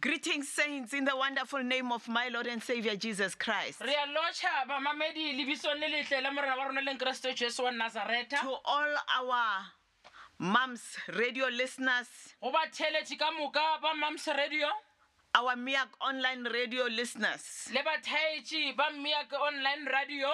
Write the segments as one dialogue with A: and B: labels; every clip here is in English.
A: Greetings, saints, in the wonderful name of my Lord and Savior Jesus Christ.
B: re a lotšha bamamedi lebitsong le letle la morena wa rona leng keresete jesu wa nazareta
A: To all our moms, radio listeners,
B: go batheletši ka moka ba mams radio
A: our MIAC online radio listeners,
B: le bathaetši ba mmeak online radio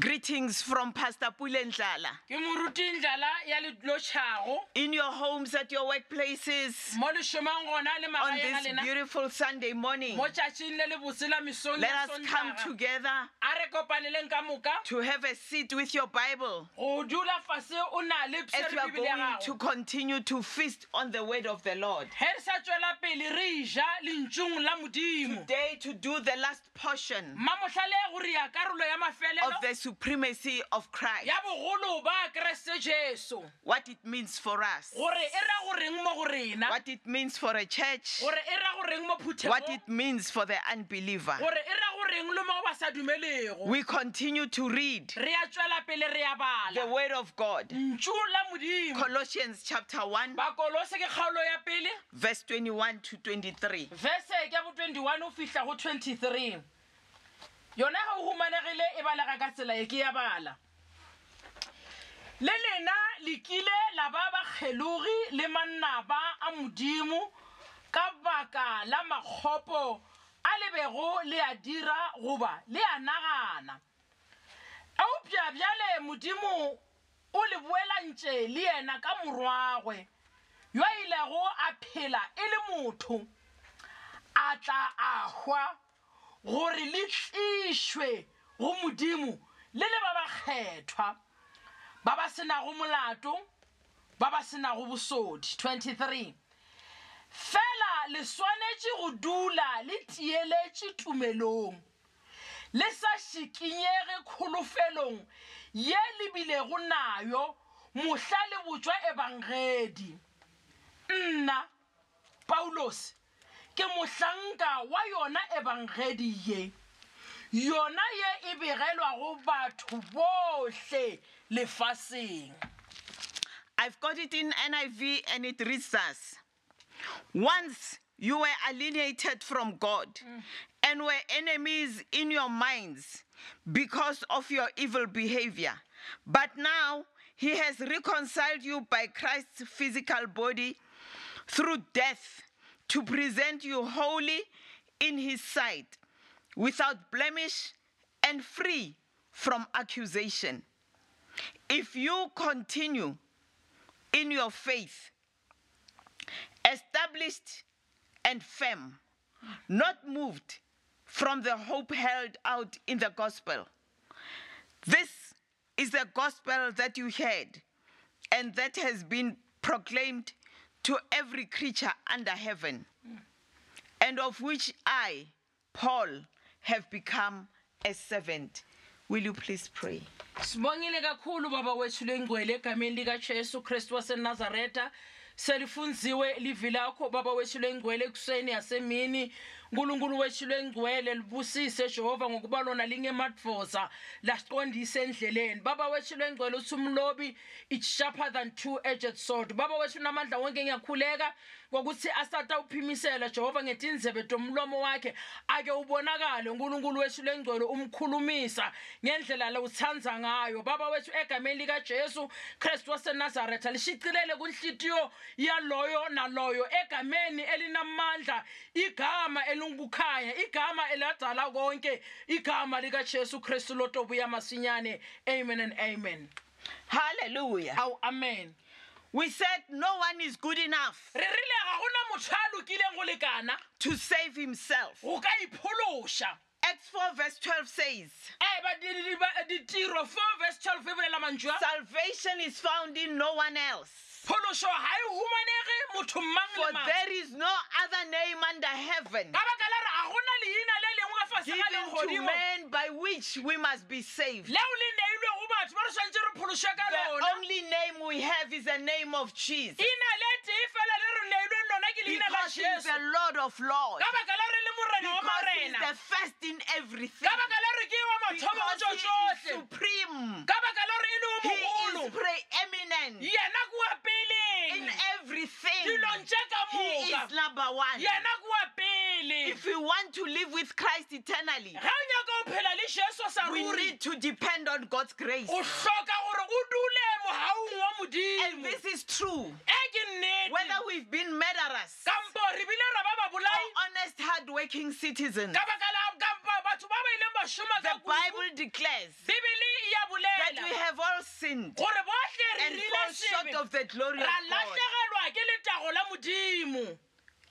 A: greetings from Pastor Pulendlala.
B: ke moruting dlala ya lotšhago
A: In your homes, at your workplaces,
B: mo lešomang gona le
A: on
B: magaeng a
A: this
B: lena
A: beautiful Sunday morning,
B: mo tšatšing le lebotse la mesong
A: let
B: ya
A: us come
B: sontaga
A: together
B: a re kopaneleng ka moka
A: to have a seat with your Bible
B: go dula fase o na le
A: as we
B: psere
A: are
B: bibele ya
A: going to
B: gago
A: continue to feast on the word of the Lord.
B: ge re sa tswela pele re ja lentšong la modimo
A: Day to do the last portion
B: mmamotlhale go ria karolo ya
A: of
B: mafelelo
A: the supremacy of Christ,
B: ya bogolo ba keresete jesu
A: what it means for us,
B: gore e ra goreng mo go rena
A: what it means for a church,
B: gore e ra goreng mo
A: what
B: phuthegong
A: it means for the unbeliever.
B: gore e ra goreng le mo go ba sa dumelego
A: We continue to read
B: re a tswela pele re a
A: the
B: bala
A: word of God.
B: ntšu la modimo
A: Colossians chapter 1,
B: bakolose ke kgaolo ya pele
A: verse 21 to 23.
B: vese ke e bo 21 o fihla go 23 yona ga o humanegile e balega ka tsela e ke ya bala le lena le kile la ba bakgelogi le mannaba a modimo ka baka la makgopo a lebego le a dira goba le a nagana eupša bjale modimo o le boelantše le yena ka morwagwe yo a ilego a phela e le motho a tla a hwa gore le tlišwe go modimo le le ba ba kgethwa ba ba senago molato ba ba senago bosodi 23 fela le swanetše go dula le tieletše tumelong le sa šikinyege kgolofelong ye le bilego nayo mohla le botšwa ebangedi nna paulos ke mohlanka wa yona ebangedi ye yona ye e begelwa go batho bohle lefaseng
A: I've got it in NIV and it reads us Once you were alienated from God and were enemies in your minds because of your evil behavior, but now He has reconciled you by Christ's physical body through death to present you holy in His sight, without blemish and free from accusation. If you continue in your faith, established and firm, not moved from the hope held out in the gospel. This is the gospel that you heard and that has been proclaimed to every creature under heaven, and of which I, Paul, have become a servant. Will you please pray?
B: sibongile kakhulu baba wethu lengcwele egameni likajesu kristu wasenazaretha selifunziwe livi lakho baba wethu lengcwele ekuseni yasemini nkulunkulu wethu lengcwele libusise jehova ngokuba lona lingemadvoza lasiqondise endleleni baba wethu lengcwele uthi umlobi its sharper than two edged sword baba wethu unamandla wonke ngiyakhuleka ngokuthi asata uphimisela jehova ngetinzebe tomlomo wakhe ake ubonakale unkulunkulu wethu lengcwele umkhulumisa ngendlela le uthanza ngayo baba wethu egameni likajesu kristu wasenazaretha lishicilele kwinhlitiyo yaloyo naloyo egameni elinamandla igama elungukhaya igama eladala konke igama likajesu kristu lotobuya masinyane amen and amen
A: Hallelujah.
B: awu amen
A: We said no one is good enough
B: re rile ga gona motho a lokileng go lekana
A: to save himself.
B: go ka iphološa
A: Acts 4, verse 12 says,
B: Eh, ba- di- di- ba- ditiro 4 verse 12 e bolela mantšwa
A: Salvation is found in no one else.
B: pholoso ga e humanege motho mang
A: For
B: le mang
A: there is no other name under heaven
B: ka baka la re ga gona leina le lengwe ka fase ga
A: given to
B: legodimo
A: man by which we must be saved.
B: leo le neilwe go batho ba re tshwanetse re phološe ka
A: The
B: lona
A: only name we have is the name of Jesus.
B: ina le tee fela le re neilwe lona ke leina la
A: Because he is
B: jesu
A: the Lord of lords.
B: ka baka la re le morena wa
A: Because he is
B: marena
A: the first in everything.
B: ka baka la re ke wa mathomo go
A: Because
B: tso
A: he is
B: tsotlhe
A: supreme.
B: ka baka la re e le o
A: He is
B: mogolo
A: preeminent
B: yena kua
A: in
B: peleng
A: everything.
B: dilong tše ka
A: He is
B: moka
A: number one.
B: yena kua pele
A: If we want to live with Christ eternally,
B: ga o nyaka o phela le jesu sa
A: we
B: ruri
A: need to depend on God's grace.
B: o hloka gore o dule mogaung wa
A: And
B: modimo
A: this is true.
B: e ke nnete
A: Whether Oh, we've been murderers
B: kampo re bile ra ba
A: or
B: babolai
A: honest, hardworking citizens,
B: ka baka la kampo batho ba ba ileng ba šoma
A: oh. the
B: ka kuku
A: Bible declares
B: bibele e ya
A: that we
B: bolela
A: have all sinned
B: gore botlhe re
A: and
B: rile
A: fall
B: sebe
A: short of the glory of
B: ra
A: God.
B: lahlegelwa ke letago la modimo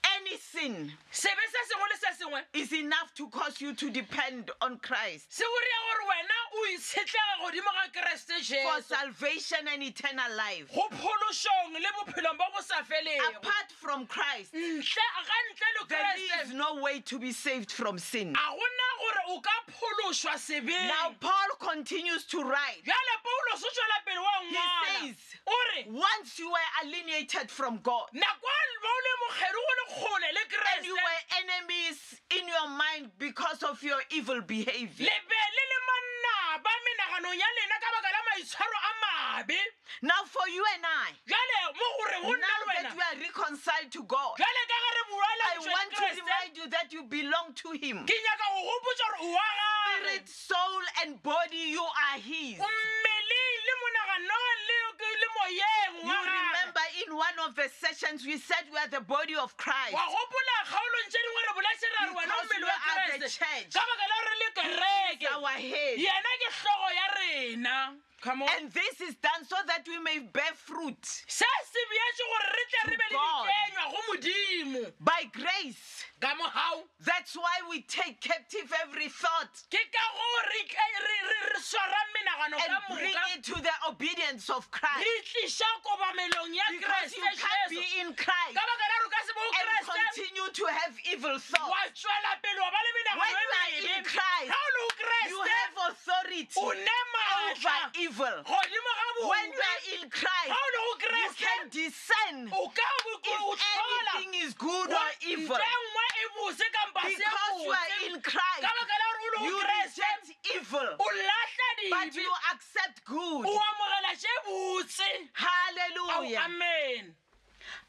A: Any sin
B: sebe se sengwe le se sengwe
A: is enough to cause you to depend on Christ
B: se o rea gore wena o itshetlega godimo ga keresete
A: for
B: jesu
A: salvation and eternal life.
B: go phološong le bophelong ba bo sa felego
A: Apart from Christ,
B: ntle ga ntle le
A: there is
B: keresete
A: no way to be saved from sin.
B: a gona gore o ka phološwa sebeng
A: Now, Paul continues to write.
B: bjale paulos o tswela pele wa ngwala
A: says,
B: o re
A: Once you were alienated from God
B: nako ba o le mokgedi go le kgole le
A: and you
B: keresete
A: were enemies in your mind because of your evil behavior.
B: le be le le manna ba menaganong ya lena ka baka la maitshwaro a mabe
A: Now, for you and I,
B: jale mo gore go
A: now
B: nna le
A: that
B: wena
A: we are reconciled to God,
B: jale ka gare
A: I
B: buala
A: want to remind you that you belong to Him.
B: ke nyaka go gopotsa gore o wa gare
A: Spirit, soul, and body, you are His.
B: o mmeleng le monaganong le le moyeng
A: You
B: wa gare
A: remember in one of the sessions we said we are the body of Christ.
B: wa gopola kgaolong tse dingwe re bolasere a re wena o
A: Because
B: mmele
A: we
B: wa
A: are the
B: kereste
A: church.
B: ka baka la gore le
A: He
B: kereke
A: is Our head.
B: yena ke hlogo ya rena Come on.
A: And this is done so that we may bear fruit
B: se se beetse gore re tle re be le
A: God.
B: dikenywa go modimo
A: by grace.
B: ka mogao
A: That's why we take captive every thought
B: ke ka go re ke- re- re- re swara menagano ka
A: and bring
B: moka
A: it to the obedience of
B: re
A: Christ.
B: tliša kobamelong ya
A: Because you
B: keresete
A: can't
B: jesu
A: be in Christ
B: ka baka la re ka se bo
A: and
B: keresete
A: continue to have evil
B: wa
A: thoughts.
B: tswela pele wa ba le
A: When you are
B: menagano
A: in Christ,
B: ga o le o
A: You
B: keresete
A: have authority
B: o ne
A: over
B: maatla
A: evil.
B: godimo ga
A: When
B: bobe
A: you are in
B: ga
A: Christ,
B: o le o
A: you can
B: keresete
A: discern
B: o ka bo- o
A: if
B: tlhola
A: anything is good or
B: gore
A: evil.
B: ntle nngwe e bose kampa se
A: Because you are
B: botse
A: in Christ,
B: ka baka la gore o le
A: you
B: o keresete
A: reject evil,
B: o lahla
A: but
B: dibe
A: you accept good.
B: o amogela tše botse Ao,
A: Hallelujah.
B: amen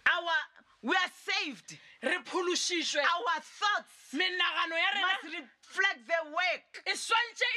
A: Our we are saved.
B: re phološišwe
A: Our thoughts
B: menagano ya
A: must
B: rena
A: reflect the work
B: e swantšhe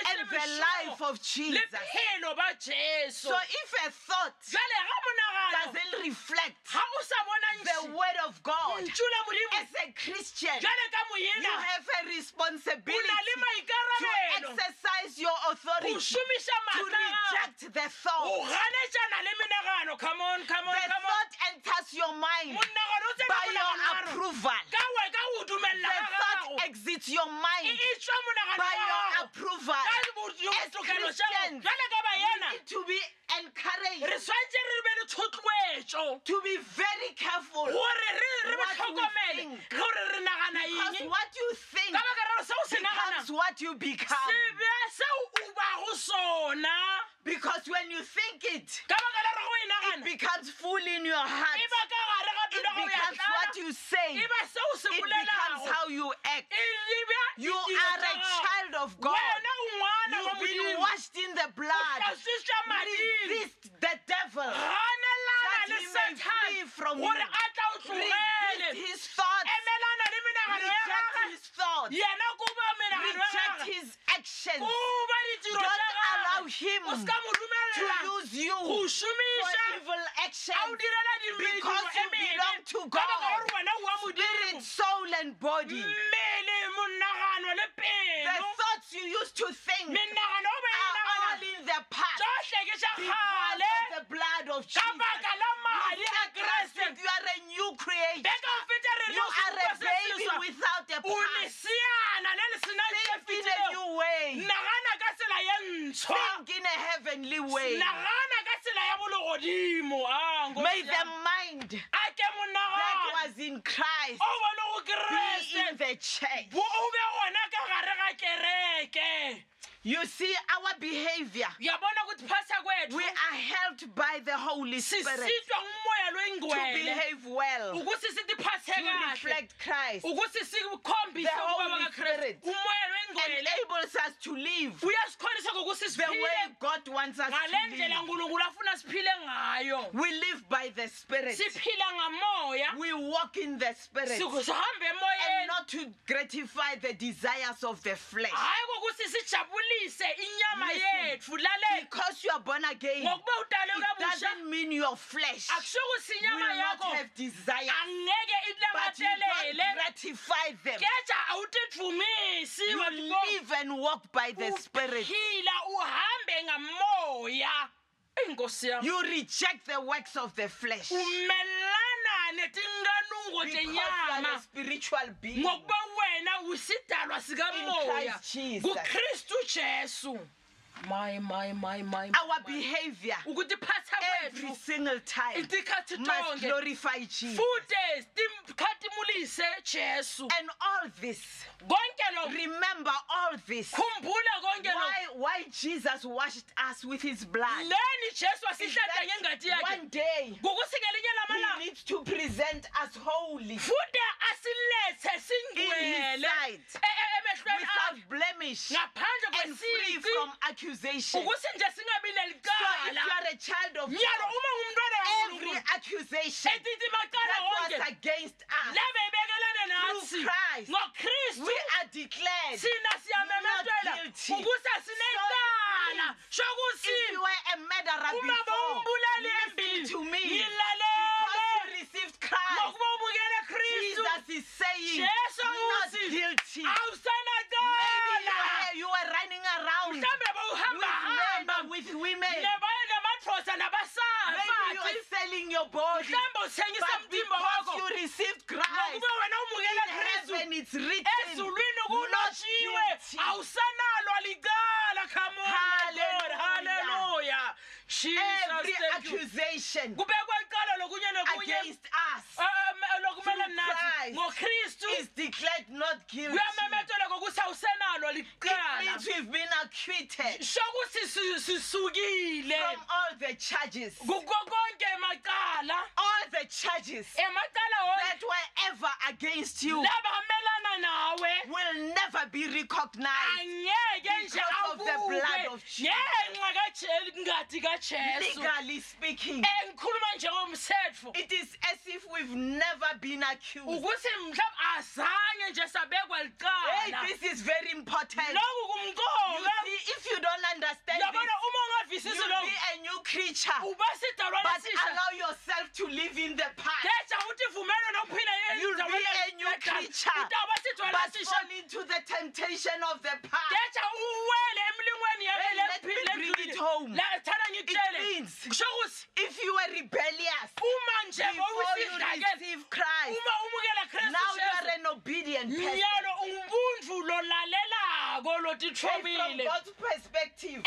B: e
A: and the life
B: bontšhetše
A: of Jesus.
B: le phelo ba jesu
A: So if a thought
B: jale ga monagano
A: doesn't reflect
B: ga o sa bona
A: the
B: ntšhi
A: word of God
B: ntšu la modimo
A: as a Christian,
B: jale ka
A: you
B: moyena
A: have a
B: o na le
A: responsibility to
B: maikarabelo
A: exercise your
B: go
A: authority
B: šomiša
A: to
B: maatla
A: reject the
B: o
A: thought.
B: ganetšana le menagano camon
A: The
B: camon camon
A: thought enters your mind
B: monagano o tsena
A: by your
B: monagano
A: approval.
B: ka we ka o
A: The
B: dumelela
A: thought
B: gagago
A: exits your
B: e
A: mind
B: e tswa monagano
A: by
B: wa
A: your
B: gago
A: approval.
B: ka botlokelo
A: Christians,
B: jale ka baena
A: need to be
B: re
A: encouraged
B: swantse re be le thotloetso
A: to be very careful
B: gore re-
A: What we
B: re batlhokomele
A: think.
B: gore re nagana
A: because
B: eng
A: what you think
B: ka baka raro seo se
A: becomes
B: naganang
A: what you become.
B: se be seo o bago sona
A: Because when you think it,
B: ka baka la rago e
A: it
B: nagana
A: becomes full in your heart.
B: e ba ka gare ga
A: It
B: pelo go ya
A: becomes
B: tlala
A: what you say.
B: e ba seo se
A: It becomes
B: bolelago
A: how you act.
B: E di ba
A: You
B: ditiro
A: are
B: tša
A: a
B: gago.
A: child of God.
B: wena o ngwana wa
A: You've been
B: modimo
A: washed in the blood.
B: tlasitša madimo
A: Resist the devil
B: ganelana
A: that
B: le
A: he may
B: satan
A: flee from you.
B: gore a tla o tlogele
A: Resist his thoughts.
B: emelana le menagano ya
A: Reject
B: gage
A: his thoughts.
B: yena koba menagano ya
A: Reject
B: gage
A: his actions.
B: koba ditiro
A: Don't
B: tša
A: allow
B: gage
A: him
B: o seka mo
A: to
B: dumelela
A: use you
B: go
A: for
B: šomiša
A: evil
B: a o
A: actions.
B: direla dimediro
A: Because
B: e
A: you belong to
B: mebe ka baka
A: God.
B: gore wena o wa modimo
A: Spirit, soul, and body.
B: mmele monagano le
A: The
B: pelo
A: thoughts Mm, you used to think
B: menagano o be e
A: are all
B: nagana
A: in the past
B: tsotlhe ke tša
A: because
B: kgale
A: of the blood of
B: ka
A: Jesus.
B: baka la madi a
A: Thank Christ
B: keresete
A: that you are a new creation.
B: beka o fete re
A: You
B: le o
A: are a
B: sesupo se
A: baby
B: seswa.
A: without a
B: o
A: past.
B: leseana le le senang se
A: Think in a
B: fetilego
A: new way.
B: nagana ka tsela ye ntshwa
A: Think in a heavenly way.
B: nagana ka tsela ya bolegodimo Ah, nkosi
A: May
B: ya
A: the mind
B: me. a ke
A: that
B: monagana
A: was in Christ
B: o bone go
A: be in
B: keresete
A: the church.
B: bo o be gona ka gare ga kereke
A: You see, our behavior,
B: ya bona kuthi phasa kwethu
A: we are helped by the Holy Spirit
B: sisitshwa ngumoya
A: to
B: lwengcwele
A: behave well.
B: ukuthi sitiphathe uphethe
A: you
B: kahle
A: reflect Christ
B: ukuthi sikhombise
A: The Holy
B: ubaba kakristu
A: Spirit.
B: umoya
A: and
B: wengcwele
A: enables us to live
B: uyasikholisa ngokuthi
A: the way
B: siphile
A: God wants us
B: ngale
A: to
B: ndlela
A: live.
B: nkulunkulu afuna siphile ngayo
A: We live by the Spirit.
B: siphila ngamoya
A: We walk in the Spirit
B: siku- sihambe
A: and
B: emoyeni
A: not to gratify the desires of the flesh.
B: hayi kokuthi sijabulise inyama
A: Listen,
B: yethu lale
A: Because you are born again,
B: ngokuba udalwe
A: it
B: kabusha
A: doesn't mean your flesh
B: akusho ukuthi
A: will
B: inyama
A: not
B: yakho
A: have desires,
B: angeke
A: but you don't
B: ikulamakelele
A: gratify them.
B: keja awutidvumisi
A: You
B: bantu bonke.
A: live and walk by the Spirit.
B: uphila uhambe ngamoya inkosi yami
A: You reject the works of the flesh.
B: umelana netinganungo
A: Because you are a
B: tenyama
A: spiritual being.
B: ngokuba wena usidalwa
A: In
B: sikamoya
A: Christ Jesus.
B: ngukristu jesu my my my my
A: Our
B: my.
A: behavior
B: ukutiphatha
A: every
B: kwethu
A: single time
B: itikhathi
A: must
B: tonke
A: glorify Jesus.
B: futhi sikhatimulise jesu
A: And all this,
B: konke lo
A: remember all this.
B: khumbula konke lo
A: Why, why Jesus washed us with his blood?
B: leni jesu
A: Is
B: asihlada
A: that
B: ngengati yakhe
A: One day,
B: ngokuthi ngelinye
A: he
B: lamalanga
A: needs to present us holy,
B: futhi asilethe
A: in his
B: singcwele
A: sight,
B: e- e- emehlweni
A: without
B: akhe
A: blemish,
B: ngaphandle
A: and free
B: kwesici
A: from accusation.
B: ukuthi nje singabi
A: So if you
B: nelikala
A: are a child of
B: nyalo
A: God,
B: uma ngumntwana
A: every
B: waNkulunkulu,
A: accusation
B: etitimakala
A: that was
B: wonke
A: against us,
B: lebeyibekelene nathi
A: through Christ,
B: ngokristu
A: we are declared.
B: thina siyamemetela
A: guilty.
B: ukuthi asinecala
A: So it
B: shokuthi
A: If you were a murderer
B: uma bowumbulali
A: before,
B: embili
A: listen to me. Because
B: ngilalele
A: you received Christ,
B: ngokuba ubukele kristu
A: Jesus is saying,
B: Jesu
A: not
B: uthi,
A: guilty. Maybe you
B: awusenacala
A: were- you were running around
B: mhlawumbe
A: with men
B: bowuhambahamba
A: or with women.
B: nebaye namaxhosa
A: Maybe you
B: nabasafati
A: are selling your body.
B: mhlawumbe uthengisa
A: But
B: umtimba wakho
A: because you received Christ,
B: ngokuba wena
A: in
B: umukele kristu
A: heaven it's written,
B: ezulwini
A: not
B: kulotshiwe
A: guilty.
B: awusanalwa licala
A: Hallelujah.
B: haleluya
A: Every
B: jesus
A: accusation
B: kubekwa icala lokunye nokunye
A: against us
B: um, lokumele
A: through
B: nathi
A: Christ
B: ngokristu
A: is declared not guilty.
B: kuyamemetela kokuthi awusenalwa
A: It
B: licala
A: means we've been acquitted
B: shokuthi si- sisukile
A: from all the charges.
B: kuko konke emacala
A: All the charges
B: Eh, emacala
A: that
B: wonke
A: were ever against you
B: labamelana nawe
A: will never be recognized.
B: angeke nje
A: Because of the blood of Jesus.
B: ngenxa kajelingathi kajesu
A: Legally speaking,
B: Eh, ngikhuluma njengomthetho
A: it is as if we've never been accused.
B: ukuthi mhlawumbe azange nje sabekwa
A: Hey,
B: licala
A: this is very important.
B: lokhu
A: You
B: kumqoka
A: see, if you don't understand
B: yabona
A: this,
B: uma ungavisisi
A: you'll
B: lokhu
A: be a new creature.
B: uba sidalwana
A: But
B: sisha
A: allow yourself to live in the past.
B: deja uthi vumele nokuphila
A: You'll be
B: endawena
A: a new
B: yedwa.
A: creature.
B: Udaba sidalwana
A: But
B: sisha
A: fall into the temptation of the past.
B: deja uwele emlingweni
A: Hey, let me
B: yebelephile
A: bring it home.
B: lathana ngitshele
A: It means-
B: kusho ukuthi
A: If you were rebellious
B: uma nje
A: before you
B: bowusidlakele
A: receive Christ,
B: uma umukela
A: now
B: kristu
A: you
B: Jesu,
A: are an obedient person.
B: nyalo ungubundvu lolalelako
A: And From
B: lotitfobile
A: God's perspective,
B: ekubuka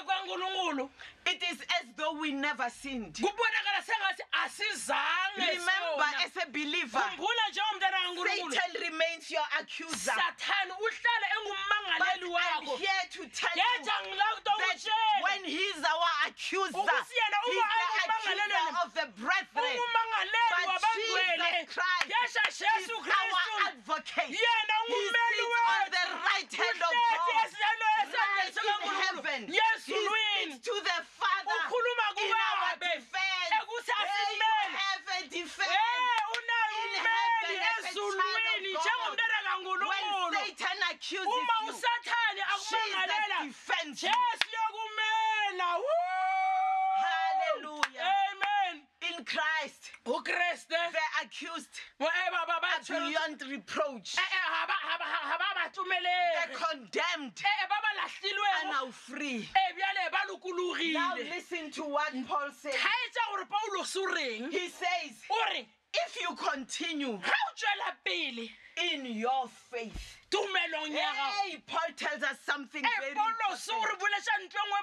B: Eh, kwankulunkulu
A: it is as though we never sinned.
B: kubonakala sengathi asizange
A: Remember,
B: sona.
A: as a believer,
B: khumbula njengomntana kankulunkulu
A: Satan remains your accuser.
B: sathane uhlale
A: But
B: engummangaleli
A: I'm
B: wakho
A: here to tell you
B: yeja
A: that
B: ngilakutokutshela
A: when he's our accuser, he's
B: Ukuthi yena uma
A: the accuser
B: ayimangalelele.
A: of the brethren.
B: ungumangaleli
A: But
B: wabangcwele
A: Jesus Christ
B: yesha
A: is
B: jesu kristu
A: our advocate.
B: yena
A: He
B: ngumeli
A: sits on
B: wethu
A: the right hand of
B: Uhlezi
A: God.
B: esihlalweni
A: Right
B: esandleni
A: in
B: sikaNkulunkulu.
A: heaven. He
B: Yezulwini.
A: speaks to the Father
B: Ukhuluma
A: in our
B: kuBaba.
A: defense.
B: Ukuthi
A: Hey,
B: asimele.
A: you have a defense.
B: Eh, unaye
A: In
B: umbeli
A: heaven, as a child of
B: ezulwini
A: God.
B: njengomntana
A: When
B: kankulunkulu
A: Satan accuses
B: uma
A: you,
B: usathane akumangalela
A: Jesus defends you.
B: jesu uyokumela Woo!
A: Hallelujah.
B: amen
A: In Christ,
B: ukriste
A: the accused
B: Eh, baba
A: are
B: batho
A: beyond reproach.
B: Eh, eh, haba- haba- haba
A: The
B: batumelegi
A: condemned
B: Eh, eh, ba ba
A: are
B: lahlilwego
A: now free.
B: e bjale ba
A: Now
B: lokologile
A: listen to what Paul says.
B: kgaetsa gore paulos o reng
A: He says,
B: o re
A: if you continue
B: ga o tswela pele
A: in your faith.
B: tumelong ya gago
A: Hey, Paul tells us something
B: e
A: very
B: paulos o re
A: important.
B: boletša ntlongwe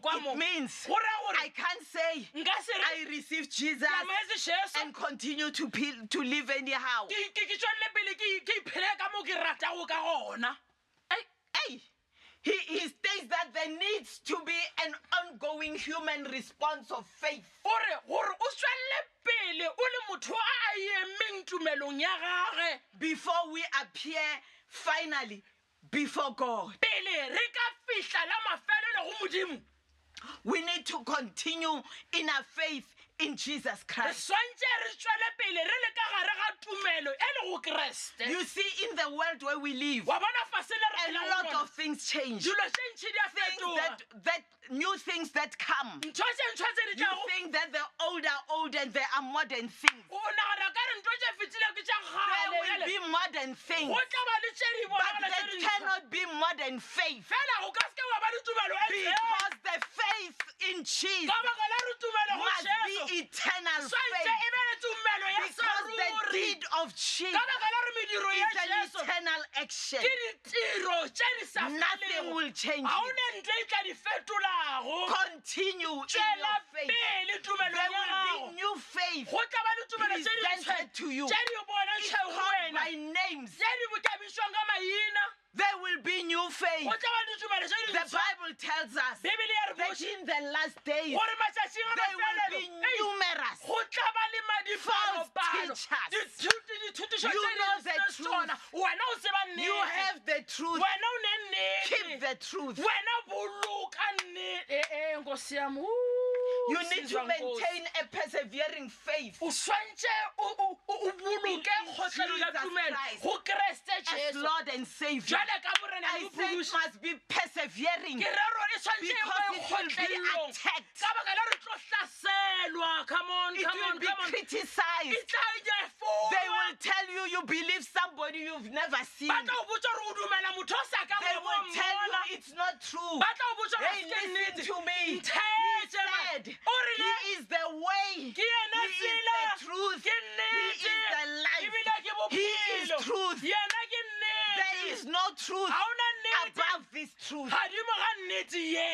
B: botlhokwa mo
A: It means
B: go raya
A: I
B: gore
A: can't say
B: nka se re
A: I received Jesus
B: "Ke amogetše Jesu,
A: and continue to pe- to live anyhow.
B: ke ke- ke tswelele pele ke ke iphele ka moo ke ratago ka gona Ai,
A: Hey, he, he states that there needs to be an ongoing human response of faith.
B: o re gore o tswelele pele o le motho a a emeng tumelong ya gage
A: before we appear finally before God.
B: pele re ka fihla la mafelelo go modimo
A: We need to continue in our faith in Jesus
B: re
A: Christ.
B: swantse re tswele pele re le ka gare ga tumelo e le go keresete
A: You see, in the world where we live,
B: wa bona fase le re
A: a
B: phela go
A: lot
B: lona.
A: of things change.
B: dilo tše ntšhi di a
A: Things
B: fetoga
A: that, that new things that come.
B: ntho tše ntšhwa tse di
A: You
B: tlago
A: think that they're old are old and there are modern things.
B: o nagana ka re ntho tše fetile ke tša
A: There
B: gale
A: will
B: bjale.
A: be modern things,
B: go tla ba le tše di
A: but
B: bonagala tše
A: there
B: dintšhwa.
A: cannot be modern faith
B: fela go ka seke wa ba le tumelo e tee.
A: because the faith in Jesus
B: ka baka la re tumelo go
A: must
B: Jesu.
A: be eternal
B: swantse
A: faith.
B: e be le tumelo ya
A: Because the
B: saruri
A: deed of Jesus
B: ka baka la re mediro ya
A: is an
B: jesu
A: eternal action.
B: ke ditiro tše di sa
A: Nothing
B: felego
A: will change
B: ga
A: it.
B: one ntle e tla di fetolago
A: Continue in
B: tswela
A: your faith.
B: pele tumelo ya
A: There will
B: gago
A: be new faith
B: go tla ba le tumelo tše di
A: presented to you.
B: tšhe di bona
A: It's
B: tšhego
A: called
B: wena
A: by names.
B: tše di bokabišwang ka maina
A: There will be new faith.
B: go tla ba le tumelo tše
A: The
B: dintšha
A: Bible tells us
B: bebele ya re
A: that
B: botše
A: in the last days
B: gore matšatšing a
A: there will
B: mafelelo
A: be
B: ei,
A: numerous.
B: go tla ba le madipalopalo
A: False teachers.
B: dithutišo
A: You know
B: tše
A: the
B: di
A: truth.
B: tsona wena o tseba
A: You
B: nnete
A: have the truth.
B: wena o ne
A: Keep
B: nnete
A: the truth.
B: wena boloka nnete ee eh, nkosi ya mo
A: You need to maintain a persevering faith.
B: o swantse o o- o boloke
A: In
B: kgotlhelo ya
A: Jesus
B: tumelo
A: Christ.
B: go keresete
A: As
B: jesu
A: Lord and Savior.
B: jale ka morena
A: I said
B: le
A: it
B: mopuduši
A: must be persevering
B: ke rero e tshwantse e
A: because
B: boe
A: it will be
B: kgotlhelong
A: attacked.
B: ka baka la re tlo hlaselwa come on
A: It
B: come on
A: will be
B: come on e
A: criticized.
B: tla
A: They
B: jefoa
A: will tell you you believe somebody you've never seen.
B: ba tla o botsa gore o dumela motho o sa ka
A: They
B: bo
A: will tell
B: mmona.
A: you it's not true.
B: ba tla o botsa
A: Hey, listen to me. He said,
B: nnete o rile
A: He is the way.
B: ke yena
A: He is
B: tsela
A: the truth. He
B: ke
A: is
B: nnete
A: the
B: ebile
A: life.
B: ke
A: He is
B: bophelo
A: truth.
B: yena ke
A: There is
B: nnete
A: no truth
B: ga ona nnete
A: above this truth.
B: gadimo ga nnete ye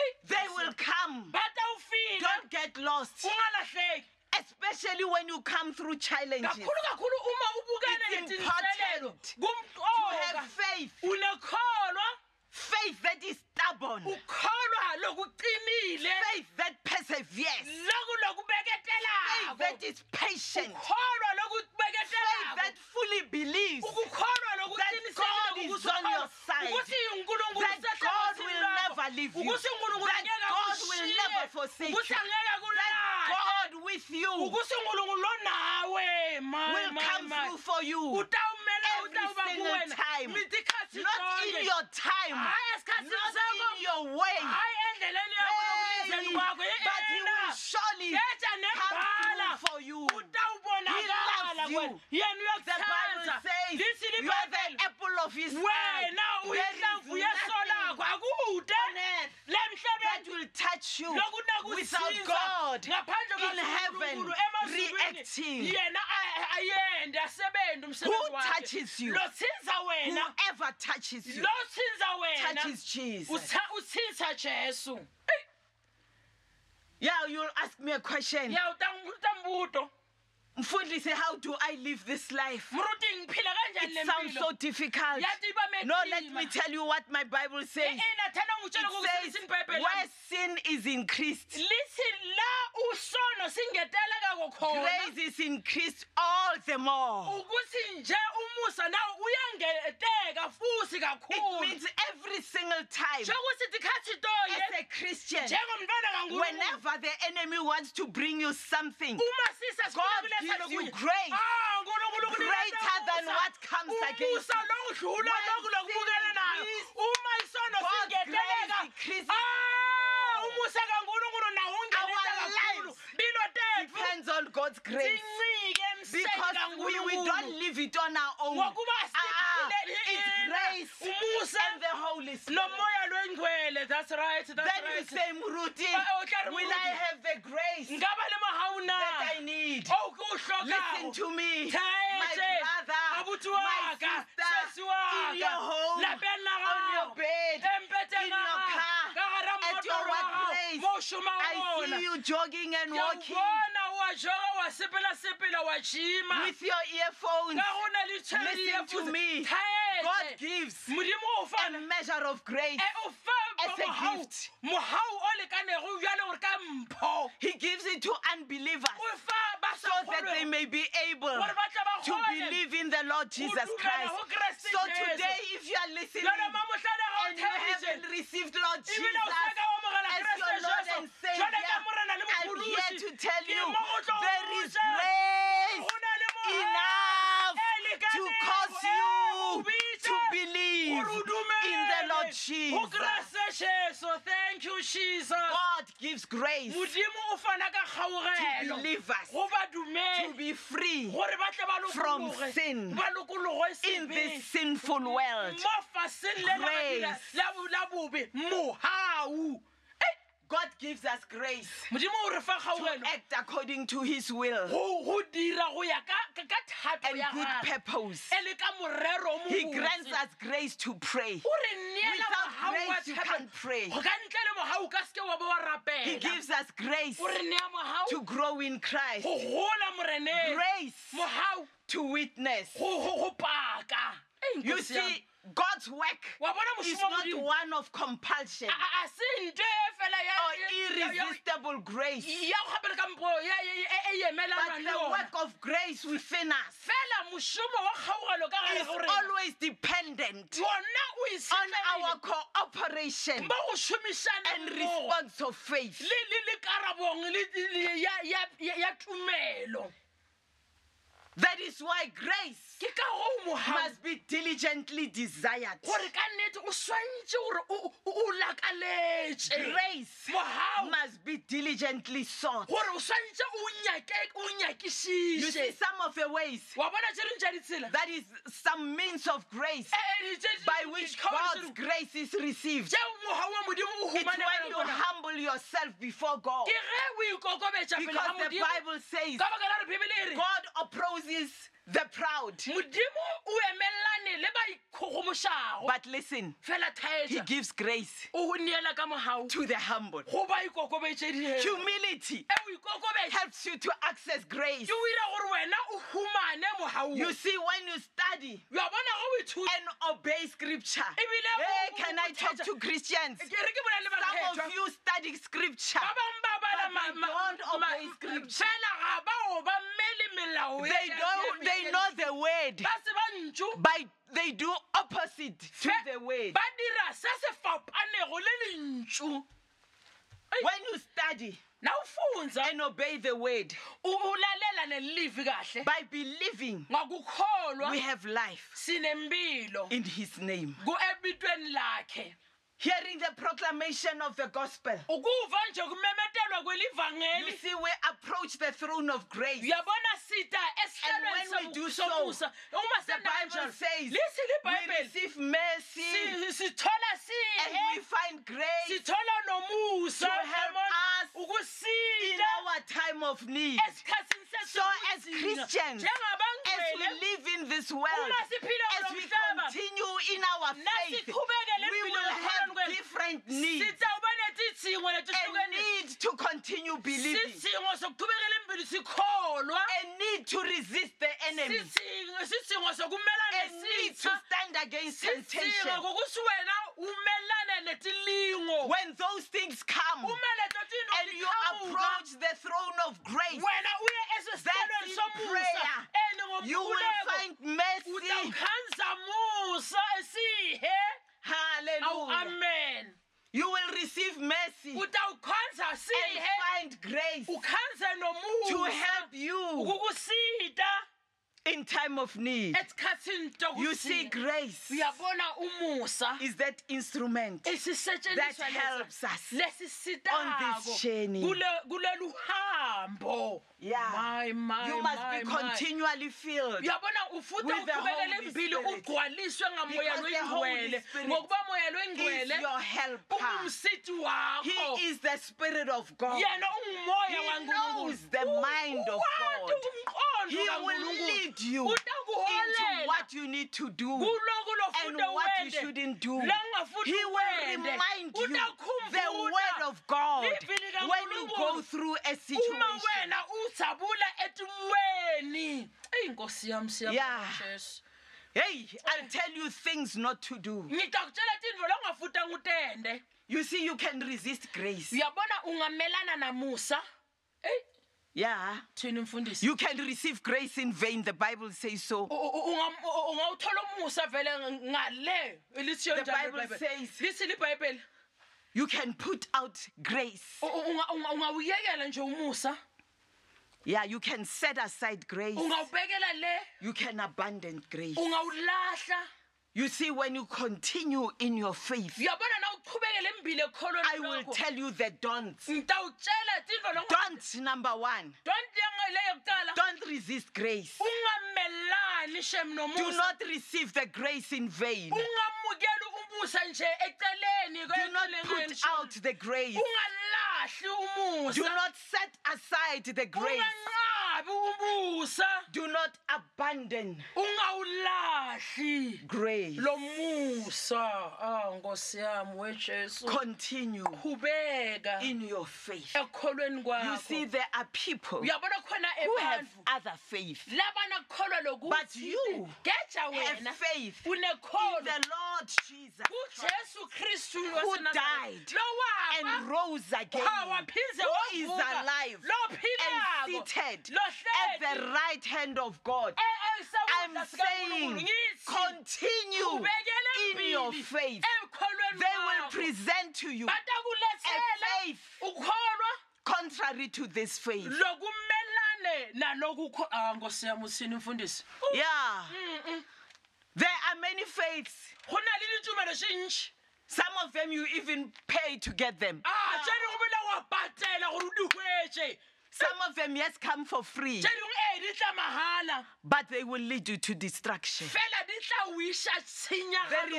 B: Ei,
A: They will come.
B: ba tla o fila
A: Don't get lost.
B: o ngalatlheke
A: Especially when you come through challenges.
B: kakhulu kakhulu uma ubukene
A: It's
B: netinselelo
A: important You
B: kumqoka
A: have faith.
B: oh, unekholwa
A: Faith that is stubborn.
B: ukholwa lokuqinile
A: Faith that perseveres. Faith that
B: lokulokubeketelako
A: is patient.
B: ukholwa
A: Faith that
B: lokubeketelako
A: fully believes
B: ukukholwa
A: that God is on your side,
B: ukuthi uNkulunkulu
A: that
B: usehlala
A: God will
B: phansi lakho,
A: never leave you,
B: ukuthi uNkulunkulu
A: that
B: ngeke
A: God
B: akushiye,
A: will never forsake
B: ukuthi
A: you,
B: angeke akulahle,
A: that God with you will
B: ukuthi uNkulunkulu lo nawe my, my,
A: come
B: my.
A: through for you.
B: utawumela
A: Every
B: utawuba
A: single
B: kuwena
A: time.
B: mitikhatsi
A: Not in your time,
B: hayi esikhatsini
A: not
B: sakho
A: in your way.
B: hayi endleleni yakho
A: Hey,
B: nokulizeni kwakho
A: but He
B: yena
A: will surely
B: yeja
A: come
B: nembala
A: through for you. He
B: utawubonakala
A: loves you.
B: kwena yena
A: The Bible
B: uyakuthanda
A: says
B: lisi
A: you are the
B: libhayibheli
A: apple of His eye.
B: wena uyinhlamvu
A: There is
B: yeso lakho
A: nothing
B: akude
A: on earth
B: le
A: that
B: mhlabeni
A: will touch you without
B: lokunakusiza
A: God.
B: ngaphandle
A: in heaven
B: kaNkulunkulu emazulwini
A: reacting.
B: yena a- a- ayende asebenze umsebenzi
A: Who touches you?
B: lo tsinza wena
A: Whoever touches you
B: lo tsinza wena
A: touches Jesus.
B: Utha- utsitsa jesu
A: Yeah, you'll ask me a question.
B: ya utangibuta mbuto
A: Mfundisi, how do I live this life?
B: mruti ngiphila kanjani le
A: It sounds so
B: mpilo
A: difficult.
B: yatiba E-,
A: No, let me tell you what my Bible says.
B: ena thanda
A: It
B: ngitshela
A: says,
B: kokusebenzisa ibhayibheli
A: where sin is increased,
B: lithi la usono singeteleka kokhona
A: grace is increased all the more.
B: ukuthi nje umusa nawo uyangeteka futhi
A: It
B: kakhulu
A: means every single time,
B: shokuthi tikhathi
A: as
B: toye
A: a Christian,
B: njengomntwana kankulunkulu
A: whenever the enemy wants to bring you something,
B: uma sisa
A: God gives you grace greater than what comes against
B: umusa lokudlula
A: When
B: loku lokubukele
A: sin
B: nayo
A: increases,
B: uma isono
A: God's
B: singeteleka
A: grace increases
B: ah umusa kankulunkulu nawo ungenete
A: Our
B: kakhulu
A: lives
B: bilo tethu
A: depends on God's grace.
B: zincike emseni
A: Because we, we don't
B: kankulunkulu
A: live it on our own.
B: ngokuba
A: Ah, it's
B: siphile
A: grace
B: umusa
A: and the Holy Spirit.
B: nomoya lwengcwele that's right
A: Then you
B: that's
A: say,
B: right Oh,
A: Mruti,
B: Mruti.
A: will I have the grace
B: ngaba le mahau na
A: that I need?
B: o ke o
A: Listen
B: hlokago
A: to me, my
B: Thaetse,
A: brother,
B: abuti
A: my
B: wa ka,
A: sister,
B: sesi wa
A: in your
B: ka,
A: home,
B: lapeng la
A: on your
B: gago,
A: bed, in
B: empeteng ya
A: your
B: gago,
A: car,
B: ka gara
A: at your
B: mmotoro wa gago,
A: workplace.
B: mo o šomang
A: I
B: gona.
A: see you jogging and
B: Ke a o
A: walking
B: bona wa joga wa sepela sepela wa gym-a.
A: with your earphones.
B: ka go na le tšhedi
A: Listen
B: ye
A: to
B: botse.
A: me.
B: Thaetse,
A: God
B: tletse
A: gives
B: modimo o
A: a
B: fana
A: measure of grace.
B: e o fa
A: As a
B: mohau
A: gift.
B: mohau o lekanego bjale gore ka mpho
A: He gives it to unbelievers
B: o fa ba
A: so
B: sa
A: that they
B: kgolwego
A: may be able
B: Gore ba tle ba
A: to
B: kgone
A: believe in the Lord Jesus
B: dumela
A: Christ.
B: ho Kreste
A: So
B: Jesu.
A: today, if you are listening
B: bjale mamohlane ga o
A: and you
B: television
A: haven't received Lord Jesus
B: Ebile o sa ka amogela
A: as
B: Kreste
A: your Lord
B: Jesu.
A: and Savior,
B: Jwale ka morena le
A: I'm here
B: mokolosi.
A: to tell
B: Ke
A: you
B: mo o tlo
A: there is
B: botsa.
A: grace
B: Go na le moya
A: enough
B: e lekaneng
A: to cause
B: e
A: you
B: o bitse
A: to believe
B: gore o
A: in the Lord
B: dumele ho
A: Jesus.
B: Kreste Jesu. Thank you, Jesus.
A: God gives grace
B: modimo o fana ka
A: to
B: kgaogelo
A: believers
B: go ba
A: to
B: dumele
A: be free
B: gore ba tle ba
A: from
B: lokologe-
A: sin
B: ba lokologe
A: in this
B: sebe
A: sinful world.
B: mo faseng le la
A: Grace.
B: la bobe mogau
A: God gives us grace
B: modimo o re fa
A: to
B: kgaogelo
A: act according to His will
B: go go dira go ya ka ka- ka thato
A: and
B: ya
A: good
B: gagwe
A: purpose.
B: e le ka morero o mo
A: He
B: botse.
A: grants us grace to pray.
B: o re neela
A: Without
B: mogau wa
A: grace, you
B: tshepo.
A: can't pray.
B: Go ka ntle le mogau ka seke wa bo wa
A: He
B: rapela
A: gives us grace
B: o re nea
A: to
B: mogau
A: grow in Christ,
B: go gola moreneng
A: grace
B: mogau
A: to witness.
B: go- go go paka Ei,
A: You
B: nkosi ya me.
A: see, God's work
B: wa bona
A: is
B: mošomo wa
A: not
B: Modimo.
A: one Oh, of compulsion
B: A- a- a se nte
A: or
B: fela ya- ya- ya-
A: irresistible grace,
B: ya go gapela ka mpo ya- ya- ya- e
A: but
B: emelanang le
A: the
B: yona
A: work of grace within us
B: fela mošomo wa kgaogelo ka gare
A: is
B: gore
A: always dependent
B: yona o e
A: on our
B: setlelele
A: cooperation
B: ba go šomišana
A: and
B: mmogo
A: response of faith.
B: le le le karabong le le- le- ya ya ya ya tumelo
A: That is why grace
B: ke ka go mohang
A: must be diligently desired.
B: gore ka nnete o swantse gore o- o- o lakaletse
A: Grace
B: mohao
A: must be diligently sought.
B: gore o swantse o nyake- o
A: You see,
B: nyakišiše
A: some of the ways
B: wa bona tse dingwe tša ditsela
A: that is some means of grace
B: Eh, eh, tse di-
A: by which
B: dikgaolo tse
A: God's
B: di-
A: grace is received.
B: tšeo mohao wa modimo o
A: It's when you
B: humanegela
A: humble yourself before God.
B: ke ge o ikokobetša pele
A: Because
B: ga
A: the
B: modimo
A: Bible says
B: ka baka la re bibele e re
A: God opposes the proud.
B: modimo o emelelane le ba ikgogomošago
A: But listen,
B: fela
A: He
B: thaetša
A: gives grace
B: o neela ka mogao
A: to the humble.
B: goba ikokobetšedieo
A: Humility
B: E ikokobetša
A: helps you to access grace.
B: ke o ira gore wena o humane mogao
A: You see, when you study
B: ya bona go ithuta
A: and obey scripture,
B: Ebile o-
A: hey,
B: o-
A: can
B: o
A: I talk
B: thetsa-
A: to Christians?
B: ke re ke bola le
A: Some
B: bakgethwa
A: of you study scripture.
B: ba bangwe ba bala
A: But
B: ma-
A: they
B: ma-
A: don't
B: ma-
A: obey scripture.
B: fela ga ba oba mme le melao ya-
A: They
B: ya-
A: don't.
B: ya-
A: They know the word.
B: ba se ba ntso
A: by they do opposite to
B: fe-
A: the way.
B: ba dira se se fapanego le lentso
A: When you study
B: na o funza
A: and obey the word
B: u- ulalela nelive kahle
A: by believing, we
B: ngakukholwa
A: have life
B: sinemphilo
A: in His name.
B: kuebitweni lakhe
A: Hearing the proclamation of the gospel,
B: ukuva nje kumemetelwa
A: you
B: kwelivangeli
A: see, we approach the throne of grace.
B: uyabona sita esihlelweni
A: And when we do
B: sobu-
A: so,
B: sobusa uma
A: The Bible says
B: lisi
A: we
B: libhayibheli
A: receive mercy
B: si- sithola
A: and we
B: sihe
A: find grace
B: sithola
A: to
B: nomusa
A: help
B: Ramon,
A: us in
B: ukusida
A: our time of need.
B: esikhathini
A: So, as Christians, as we
B: njengabangcwele
A: live in this world,
B: uma siphila
A: as
B: kulo
A: we
B: mhlaba
A: continue in our faith,
B: nasiqhubeke le
A: we
B: mpilo
A: will have
B: yokholwa kwethu.
A: different needs
B: sizawuba netidzingo
A: and
B: letihlukene
A: need to continue believing,
B: sidzingo sokuqhubekela impilo sikholwa
A: a need to resist the enemy,
B: Sidzingo- sidzingo sokumelana
A: a need to
B: nesitha
A: stand against temptation.
B: sidzingo ngokuthi wena umelana netilingo
A: When those things come
B: uma leto tinto
A: and you
B: ziqhamuka
A: approach the throne of grace,
B: wena uye
A: That's
B: esesitelweni
A: in
B: somusa
A: prayer.
B: and
A: you will find mercy.
B: utawukhanza musa esihe
A: Hallelujah.
B: awu-amen
A: You will receive mercy and
B: utawukhanza sihe
A: find grace
B: ukhanze
A: to
B: nomusa
A: help you
B: ukukusida
A: in time of need.
B: esikhathini
A: You see,
B: tokusida
A: grace
B: uyabona umusa
A: is that instrument that
B: isisetshenziswa
A: helps us. on this journey.
B: kulelu hambo
A: Yeah.
B: My, my,
A: You must be
B: my, my.
A: continually filled.
B: uyabona ufuta
A: With the
B: uqhubekele
A: Holy
B: mbili
A: Spirit.
B: ugcwaliswe ngamoya
A: Because the Holy
B: lwengcwele
A: Spirit
B: ngokuba moya
A: He is
B: lwengcwele
A: your helper.
B: ungumsithi wakho
A: He is the Spirit of God.
B: yena ungumoya
A: He
B: wankulunkulu
A: knows the mind of God. He
B: umqondo
A: will lead you into
B: utakuholela
A: what you need to do
B: kuloko
A: and
B: lofuta
A: what you shouldn't do. He will remind you the word of God when you go through a
B: uma
A: situation.
B: wena uzabula etimweni eyi nkosi yam
A: Yeah.
B: siyamjesu
A: Hey, I'll tell you things not to do.
B: ngicakutshela tintfo longafuta ngutende
A: You see, you can resist grace.
B: uyabona ungamelana namusa eyi
A: Yeah.
B: thini mfundisi
A: You can receive grace in vain, the Bible says so.
B: U- u- u- ungam- u- ungawuthola umusa vele ng- ngale lisiyo
A: The
B: njalo
A: Bible
B: iBhayibheli.
A: says-
B: lithini ibhayibheli
A: You can put out grace.
B: U- u- unga- unga- ungawuyekela nje umusa
A: Yeah, you can set aside grace.
B: ungawubekela le
A: You can abandon grace.
B: ungawulahla
A: You see, when you continue in your faith,
B: uyabona na uchubekele mbile
A: I will
B: ekholweni
A: tell you the don'ts.
B: ngitawutshela tintfo lonke
A: Don't, number one,
B: le yokucala
A: don't resist grace.
B: ungamelani shem
A: Do
B: nomusa
A: not receive the grace in vain.
B: ungamukeli umusa nje eceleni
A: Do not put
B: kwelenqenshi.
A: out the grace.
B: ungalahli
A: Do
B: umusa
A: not set aside the grace.
B: unganqabi umusa
A: Do not abandon
B: ungawulahli
A: grace.
B: lo musa ah nkosi yami wejesu
A: Continue
B: khubeka
A: in your faith.
B: ekukholweni
A: You see,
B: kwakho
A: there are people
B: uyabona khona
A: who have
B: ebantfu
A: other faith.
B: labana kukholwa
A: But you
B: geja wena
A: Have faith in the
B: unekholo
A: Lord Jesus
B: kujesu kristu
A: who
B: waseNazareth.
A: died and
B: lowafa
A: rose again.
B: waphinze
A: Who is
B: wavuka,
A: alive
B: lophilako
A: and seated at the
B: lohleli
A: right hand of God.
B: e- esandla
A: I'm saying
B: sikaNkulunkulu. Ngithi,
A: continue
B: ubekele
A: in your
B: phambili
A: faith. They
B: ekukholweni
A: will
B: kwakho.
A: present to you
B: batakulethela
A: a faith.
B: ukholwa
A: contrary to this faith.
B: lokumelane nalokukho ah nkosi yami uthini mfundisi Mm,
A: Yeah. There are many faiths.
B: go na le ditumelo tse ntšhi
A: Some of them you even pay to get them.
B: a tse dingwe bile wa patela gore o di hwetse
A: Some of them, yes, come for free,
B: tse dingwe ee di tla mahala
A: but they will lead you to destruction.
B: fela di tla wiša
A: There is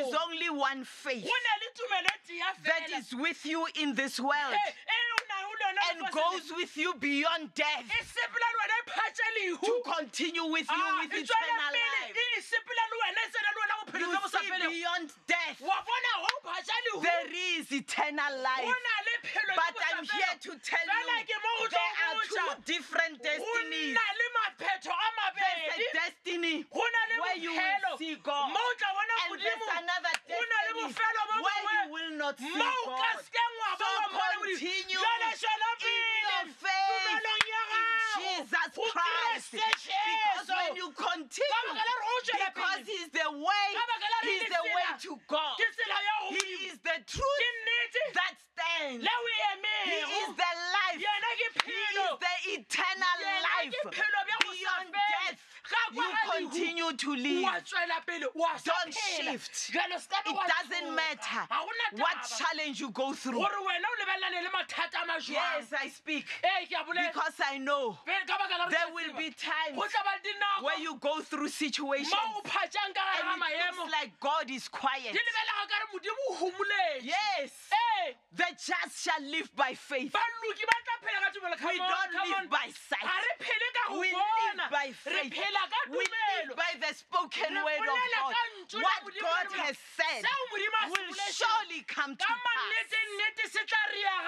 B: tshenyagalo
A: only one faith
B: go na le tumelo e tia
A: that
B: fela
A: is with you in this world
B: Eh, eh, o na le lona
A: and
B: lefase
A: goes with you beyond death
B: le- e sepela le wena e phatše lehu
A: to continue with you
B: Ah,
A: with
B: e tšwele
A: eternal
B: pele,
A: life.
B: e sepela le wena e tsena le wena bophelo
A: You
B: bjo bo sa
A: see,
B: felego.
A: beyond death,
B: wa bona go phatša lehu
A: there is eternal life.
B: Go na le phelo
A: But
B: ke botsa
A: I'm here
B: fela.
A: to tell
B: Fela
A: you
B: ke mo go tlo
A: there are
B: botsa.
A: two different
B: Go
A: destinies.
B: nna le maphetho a
A: There's
B: mabedi
A: a destiny
B: go na le
A: where you will
B: bophelo
A: see God.
B: mo o tla bona
A: And there's
B: modimo
A: another
B: go na le
A: destiny
B: bofelo bo
A: where you
B: bongwe
A: will not see
B: mo o ka
A: God.
B: sekeng wa ba
A: So
B: wa bona modimo
A: continue
B: jale tswela
A: in
B: pele
A: your faith
B: tumelong ya
A: in
B: gago
A: Jesus
B: go
A: Christ.
B: kreste
A: Because
B: jesu
A: when you
B: Ka baka la re o
A: continue,
B: tswela
A: because
B: pele.
A: He's the way,
B: Ka baka la re
A: He's
B: le
A: the way
B: tsela.
A: to God.
B: ke tsela ya go
A: He is the
B: ke
A: truth
B: nnete
A: that stands.
B: le o
A: He is
B: emego
A: the life.
B: yena ke
A: He is
B: phelo
A: the eternal
B: Yena
A: life.
B: ke phelo bja go sa
A: Beyond
B: fele.
A: death,
B: Ga kwa
A: you
B: ga lehu,
A: continue to
B: wa
A: live.
B: tswela pele wa sa
A: Don't
B: phela.
A: shift.
B: Jwale se ka be
A: It
B: wa
A: doesn't
B: tshoga.
A: matter
B: Ha hona
A: what
B: taba
A: challenge you go through.
B: gore wena o lebelelane le mathata a majwang
A: Yes, I speak
B: ee ke a bolela
A: because I know
B: Pele ka baka la gore
A: there
B: ke a
A: will
B: tseba.
A: be times
B: go tla ba dinako
A: where you go through situations
B: mo o phatjang ka gare ga
A: and it
B: maemo
A: looks like God is quiet.
B: di lebelega ka re modimo o humoletse
A: Yes,
B: ee
A: the just shall live by faith.
B: baloki Eh. ba tla phela ka tumelo
A: We don't live by
B: ga
A: sight.
B: re phele ka go
A: We
B: bona
A: live by
B: re
A: faith.
B: phela ka
A: We live
B: tumelo
A: by the spoken
B: Re
A: word of
B: bolela
A: God.
B: ka ntšu le
A: What
B: Modimo
A: God
B: le
A: has said
B: seo modimo a se
A: will
B: boletšego.
A: surely come to
B: ka
A: pass.
B: mannetennete se tla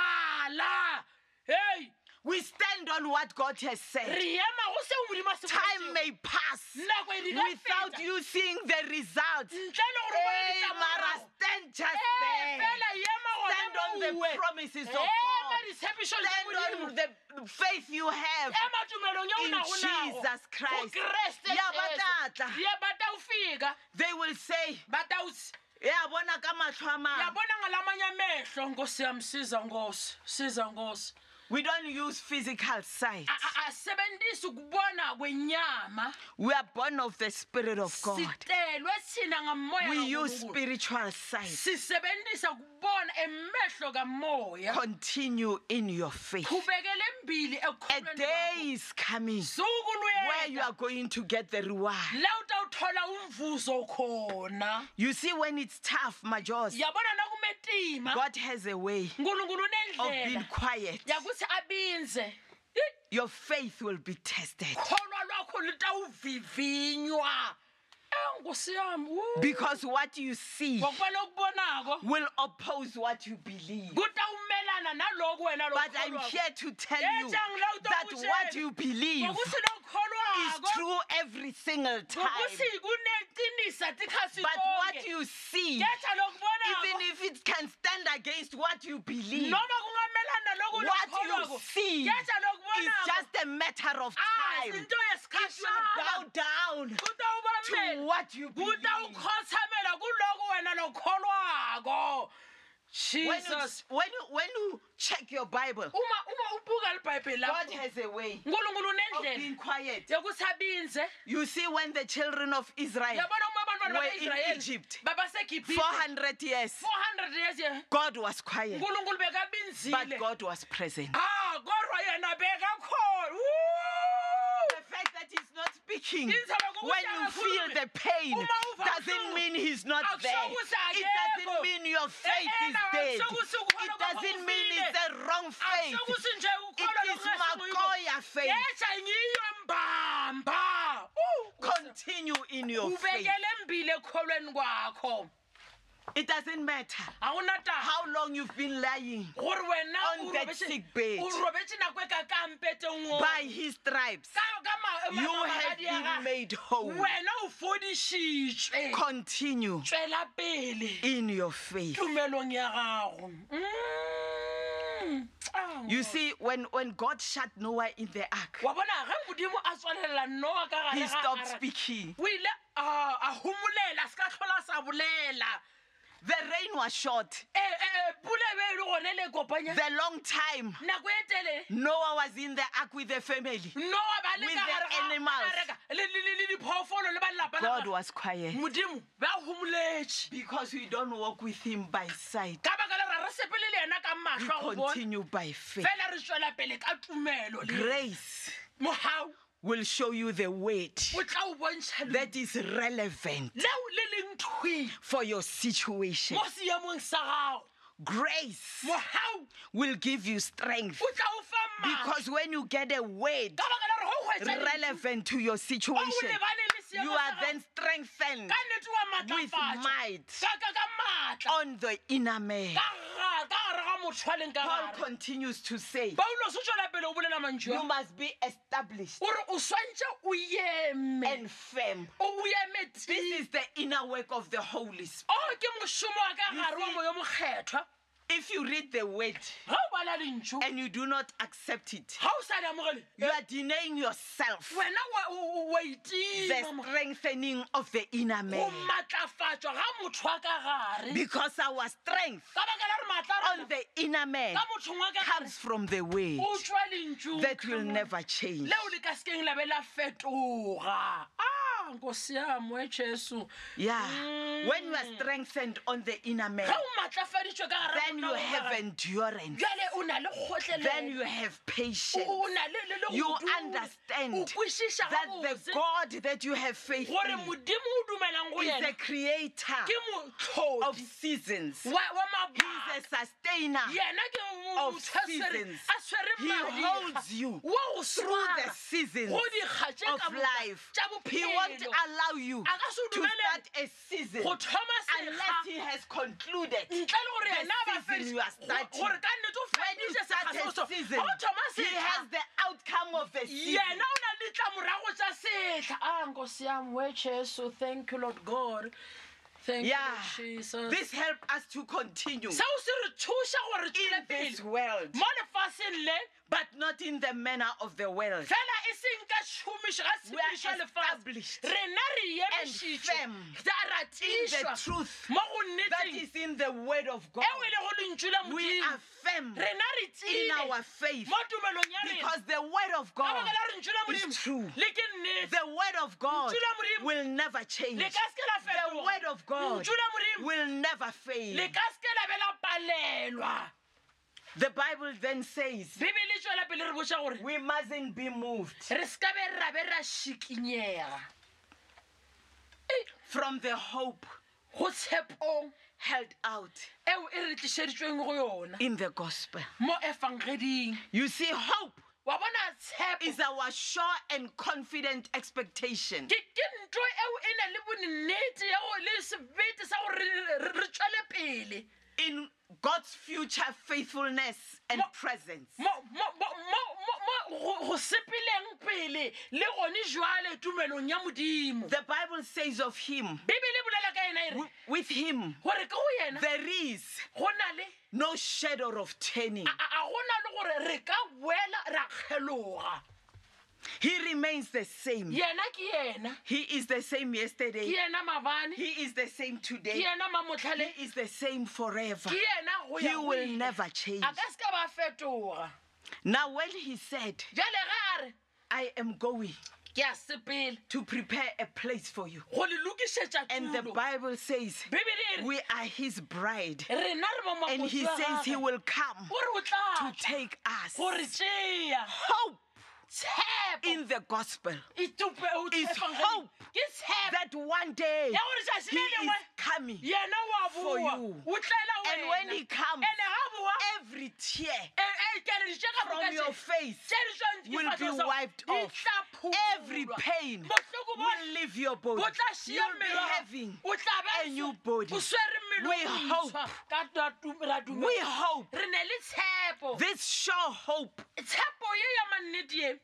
B: reagala hei
A: We stand on what God has said.
B: re ema go seo modimo a se
A: Time
B: boletšego.
A: may pass
B: nako e di ka
A: without
B: feta.
A: you seeing the results.
B: ntle le gore o bone
A: Hey, Mara,
B: ditlamorago.
A: stand just
B: Ee,
A: there.
B: fela e ema gona
A: Stand on
B: moo.
A: the promises of
B: ema
A: God.
B: ditshepišo tsa
A: Stand
B: modimo
A: on the faith you have
B: ema tumelong ye o
A: in
B: nago nago
A: Jesus Christ.
B: kreste
A: Ya batla.
B: ye batawufika
A: They will say,
B: batawuthi
A: "Yeah, bona ka mahlo a mang."
B: yabona ngalamanye amehlo nkosi yami siza nkosi siza nkosi
A: We don't use physical sight.
B: A- a- asebenzisi ukubona kwenyama
A: We are born of the Spirit of God.
B: sitelwe thina ngamoya
A: We use
B: kaNkulunkulu.
A: spiritual sight.
B: sisebenzisa ukubona emehlo kamoya
A: Continue in your faith.
B: qhubekele mbili
A: A day is coming
B: suku
A: where you
B: luyela
A: are going to get the reward.
B: la utawuthola umvuzo khona
A: You see, when it's tough, Majors,
B: yabona nakumetima
A: God has a way
B: nkulunkulu
A: of being
B: unendlela
A: quiet.
B: yakuthi abinze
A: Your faith will be tested
B: kholwa lwakho lutawuvivinywa Eh, nkosi yami wu.
A: because what you see
B: ngokuba lokubonako
A: will oppose what you believe.
B: kutawumelana naloku wena
A: But I'm here to tell you that what you believe
B: ngokuthi
A: is
B: lokukholwako
A: true every single time.
B: ngokuthi kuneqiniso kodisa ti kha swi
A: But what
B: tonge.
A: you see,
B: Getha loku vonaka.
A: even if it can stand against what you believe,
B: noma kungamelana loku
A: what
B: lokholwako
A: you see
B: getha loku
A: is
B: vonako
A: just a matter of
B: a
A: time.
B: into
A: You should bow
B: yesikhashana
A: down to
B: kutawubamela
A: what you believe.
B: kutawukhothamela kuloku wena lokholwako
A: When you,
B: jesus
A: when, you, when you check your Bible,
B: uma uma ubuka libhayibheli
A: God
B: lakho
A: has a way
B: unkulunkulu
A: of being
B: unendlela
A: quiet.
B: yokusabinze
A: You see, when the children of Israel,
B: yabona uma abantwana
A: We're in
B: bakaisrayeli
A: Egypt.
B: babasegibhite
A: 400 years,
B: 400 years ye-
A: God was quiet,
B: unkulunkulu
A: but
B: bekabinzile
A: God was present.
B: ah kodwa yena bekakhona Woo!
A: The fact that he's not speaking when
B: Instead of going
A: you
B: down,
A: feel
B: Kulumi,
A: the pain
B: uma uva
A: doesn't
B: ubuhlungu,
A: mean he's not
B: akusho
A: there.
B: ukuthi
A: It
B: akekho.
A: doesn't mean your faith is
B: Ena,
A: dead.
B: akusho ukuthi
A: It
B: ukholwa kwakho
A: doesn't mean
B: kufile.
A: it's a wrong faith.
B: akusokuthi nje ukholwa
A: It is Makoya faith.
B: yesha ngiyo mbamba Uh,
A: Continue in your faith.
B: ubekele mbili ekukholweni kwakho
A: It doesn't matter
B: awunata
A: how long you've been lying.
B: gore wena
A: on
B: o
A: that
B: robetse-
A: sick bed.
B: o robetse nako e ka kampete
A: By his stripes, you have been made whole.
B: wena o fodišitšwe
A: Continue
B: tswela pele
A: in your faith.
B: tumelong ya gago Mm. Ah,
A: You see, when, when God shut Noah in the ark,
B: wa bona ge modimo a tswalelela noa ka
A: he
B: gare ga
A: stopped
B: araka,
A: speaking.
B: o ile a a humolela se ka tlhola sa bolela
A: The rain was short.
B: Eh, eh, eh, pula be e le gone le e kopanya
A: The long time
B: nako e tele
A: Noah was in the ark with the family,
B: noa ba le
A: With
B: ka
A: the
B: gare ga
A: animals.
B: araka, le- le le- le diphoofolo le ba lelapa la
A: God
B: gagwe.
A: was quiet
B: modimo ba humoletse
A: because we don't walk with him by sight.
B: ka baka le ra re sepele le yena ka
A: We
B: matlho a go bona
A: continue by faith.
B: fela re tswela pele ka tumelo le
A: Grace
B: mogau
A: will show you the word
B: o tla o bontšha le-
A: that is relevant
B: leo le leng thwii
A: for your situation.
B: mo seemong sa gago
A: Grace
B: mogau
A: will give you strength
B: o tla o fa maatla.
A: because when you get a word
B: ka baka la re go hwetša dintho,
A: relevant to your
B: ba o
A: situation,
B: lebane le seemo
A: you
B: sa
A: are
B: gago.
A: then strengthened
B: ka nnete wa
A: with Oh.
B: maatlafatšwa
A: might
B: ka ka ka maatla
A: on the inner man.
B: ka ga- ka gare ga motho a leng ka
A: Paul
B: gare
A: continues to say,
B: paulo se tswela pele o bolela mantšhwa
A: You must be established
B: ore o swantšhe o eme
A: and firm.
B: o eme
A: This
B: ti
A: is the inner work of the Holy Spirit.
B: o Oh, ke mošomo wa ka
A: You
B: gare wa
A: see-
B: moyo mokgethwa
A: If you read the word
B: ga o bala lentšho
A: and you do not accept it,
B: ga o sa di amogele
A: you are denying yourself
B: wena wa- o- o- wa
A: the
B: itima
A: strengthening of the inner
B: go
A: man.
B: maatlafatswa ga motho wa ka gare
A: Because our strength
B: ka baka la re maatla a
A: on
B: rona
A: the inner man
B: ka mothong wa ka gare
A: comes from the word
B: o tswa lentšong
A: that will never change.
B: leo le ka sekeng la be la fetoga a nkosi ya moe jesu
A: Yeah. When you
B: Mm.
A: are strengthened on the inner man,
B: ge o maatlafaditswe ka gare
A: Eh. then you have endurance,
B: jale o na le
A: then
B: kgotlelelo
A: you have patience.
B: o na le- le- le
A: you
B: go duma. o
A: understand
B: kwešiša
A: that the
B: gabotse
A: God that you have faith
B: gore
A: in
B: modimo o dumelang go
A: is
B: yena
A: the creator
B: ke
A: of
B: motlhodi
A: seasons.
B: wa wa
A: He's a
B: mabaka
A: sustainer
B: yena ke mo-
A: of
B: motho a swere-
A: seasons.
B: a swere
A: He holds
B: madi
A: you
B: wa go
A: through the
B: swara
A: seasons
B: go dikga tše
A: of
B: ka moka
A: life.
B: tša
A: He won't
B: bophelo
A: allow you
B: a ka se o
A: to
B: dumelele
A: start a season
B: go thoma
A: unless
B: sega
A: he has concluded.
B: ntle le gore
A: The
B: yena a ba
A: season
B: fedi-
A: you are starting.
B: go- gore ka nnete o
A: When you
B: fedise
A: start
B: sekga seo
A: a
B: so-
A: season,
B: ga o thoma
A: he has
B: setlha
A: the outcome of the season.
B: yena o na le ditlamorago tsa setlha a nkosi ya moe jesu thank you lord god thank you
A: Yeah.
B: Lord jesus
A: This help us to continue
B: seo se re thuša gore
A: in
B: tswele
A: this
B: pele
A: world,
B: mo lefaseng le
A: but not in the manner of the world.
B: fela e seng ka šomišo ga
A: We are
B: tshepedišo lefase
A: established
B: rena re emišitšwe
A: firm
B: ra
A: In the
B: ratišwa
A: truth
B: mo go
A: that
B: nnetseng
A: is in the word of God,
B: eo e le go lentswi la
A: we
B: modimo
A: are firm
B: rena re
A: in
B: tiile
A: our faith
B: mo tumelong ya rena
A: because the word of
B: ka
A: God
B: baka la re lentswi la
A: is true.
B: modimo le ke nnete
A: The word of God
B: Ntšula Modimo.
A: will never change.
B: le ka seke la
A: The
B: fetoga
A: word of God
B: Ntšula modimo
A: will never fail.
B: le ka seke la be la palelwa
A: The Bible then says
B: bibele tswela pele re botsa gore
A: we mustn't be moved
B: re seka be ra be ra šikinyega
A: from the hope
B: go tshepong
A: held out
B: eo e re tlišeditsweng go yona
A: in the gospel.
B: mo evangeling
A: You see, hope
B: wa bona tshepo
A: is our sure and confident expectation
B: ke ke ntho eo e eh na le bonnete ya go- le sebete sa gore re- re tswele pele
A: in God's future faithfulness and
B: Mo-
A: presence.
B: mo- mo- mo- mo- mo- mo go- go sepeleng pele le gone jwale tumelong ya modimo
A: The Bible says of him,
B: bibele e bolela ka ena e re
A: wi- with him,
B: gore ke go yena
A: there is
B: go na le
A: no shadow of turning.
B: a a go na le gore re ka boela ra kgeloga
A: He remains the same.
B: yena ke yena
A: He is the same
B: ke
A: yesterday.
B: yena maabane
A: He is the same
B: ke
A: today.
B: yena mamotlhale
A: He is the same forever.
B: ke yena go
A: He
B: ya go
A: will
B: ile.
A: never change.
B: a ka se ka ba fetoga
A: Now, when he said,
B: jale ge a re
A: I am going
B: ke a sepele
A: to prepare a place for you,
B: go le lokišetša
A: and the
B: tulo.
A: Bible says,
B: bibele e re
A: We are his bride,
B: rena re
A: and he says he
B: mamokoa
A: will come
B: gore o
A: to
B: tlatla
A: take us.
B: gore tšea
A: Hope
B: tshepo
A: in the gospel
B: itupe o
A: is
B: tshepang
A: hope
B: ke tshepo
A: that one day
B: ya gore tšatši
A: he
B: le
A: is
B: lengwe
A: coming.
B: yena wa
A: for
B: boa
A: you.
B: o tlela
A: And when he comes,
B: ene ga boa
A: Every tear
B: Eh, kereditše ka moka
A: from your
B: tše-
A: face
B: tše di tšwang ke
A: will be
B: fatlosa,
A: wiped
B: di
A: off.
B: tla phurwa.
A: Every pain
B: Bohloko bo-
A: will leave your body.
B: bo tla
A: You'll
B: šia
A: be having
B: o tla
A: a
B: be
A: new
B: o-
A: body.
B: o swere mmele
A: We
B: o
A: hope.
B: ntshwa. Ka ra tum- ra dumela.
A: We hope.
B: re ne le tshepo
A: this sure hope
B: tshepo ye ya mannete ye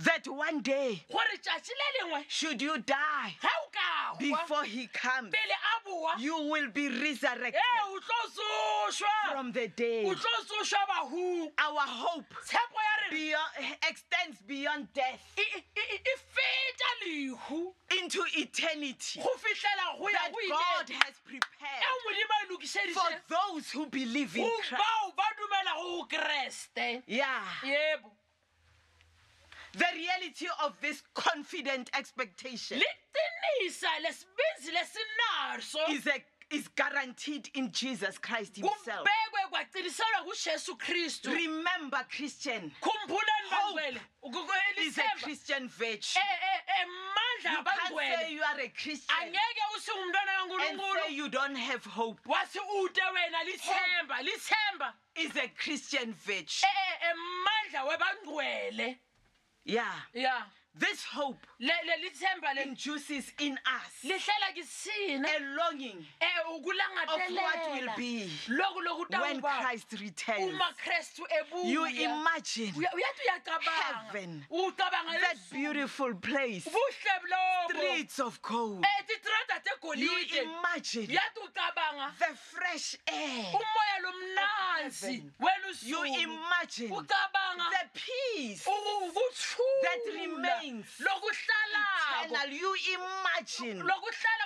A: that one day,
B: gore tšatši le lengwe
A: should you die
B: ge o ka hwa,
A: before he comes,
B: pele a boa
A: you will be resurrected
B: ee o tlo tsošwa
A: from the day.
B: o tlo tsošwa bahu
A: Our hope
B: tshepo ya rena
A: beyond, extends beyond death
B: e e- e- e feta lehu
A: into eternity
B: go fihlela go ya
A: that
B: go
A: God
B: ile
A: has
B: e
A: prepared
B: modimo a
A: for
B: lokišeditše
A: those who believe in
B: go
A: Christ.
B: bao ba dumelago go kreste
A: Yeah.
B: yebo
A: The reality of this confident expectation
B: liqinisa lesibinzi lesinaso
A: is, a, is guaranteed in Jesus Christ Himself.
B: kubekwe kwagciniselwa kujesu kristu
A: Remember, Christian,
B: khumbulani
A: Hope
B: bangcwele Eh,
A: is a Christian virtue.
B: emandla
A: You can't say
B: abangcwele
A: you are a Christian
B: angeke usingumntwana
A: and
B: kankulunkulu
A: say you don't have hope.
B: wathi ute wena lithemba lithemba
A: Is a Christian virtue.
B: Eh, eh, emandla webangcwele
A: Yeah.
B: ya
A: This hope
B: lelithemba
A: induces in us
B: lihlala kisina
A: a longing
B: um
A: of what will
B: ukulangatelela
A: be
B: loku
A: when
B: lokutauba
A: Christ returns.
B: uma kristu
A: You
B: ebuya
A: imagine
B: Uya- uyathi
A: Heaven.
B: uyacabanga ucabanga
A: that
B: lesu-
A: beautiful place,
B: buhle lobo
A: streets of gold.
B: um titrada
A: You
B: tegolide
A: imagine
B: uyathi ucabanga
A: the fresh air.
B: umoya lomnanzi
A: Heaven.
B: wena
A: You
B: usulu
A: imagine
B: ucabanga
A: the peace. that
B: ukuthula
A: remains
B: lokuhlalako
A: Eternal. You imagine
B: lokuhlala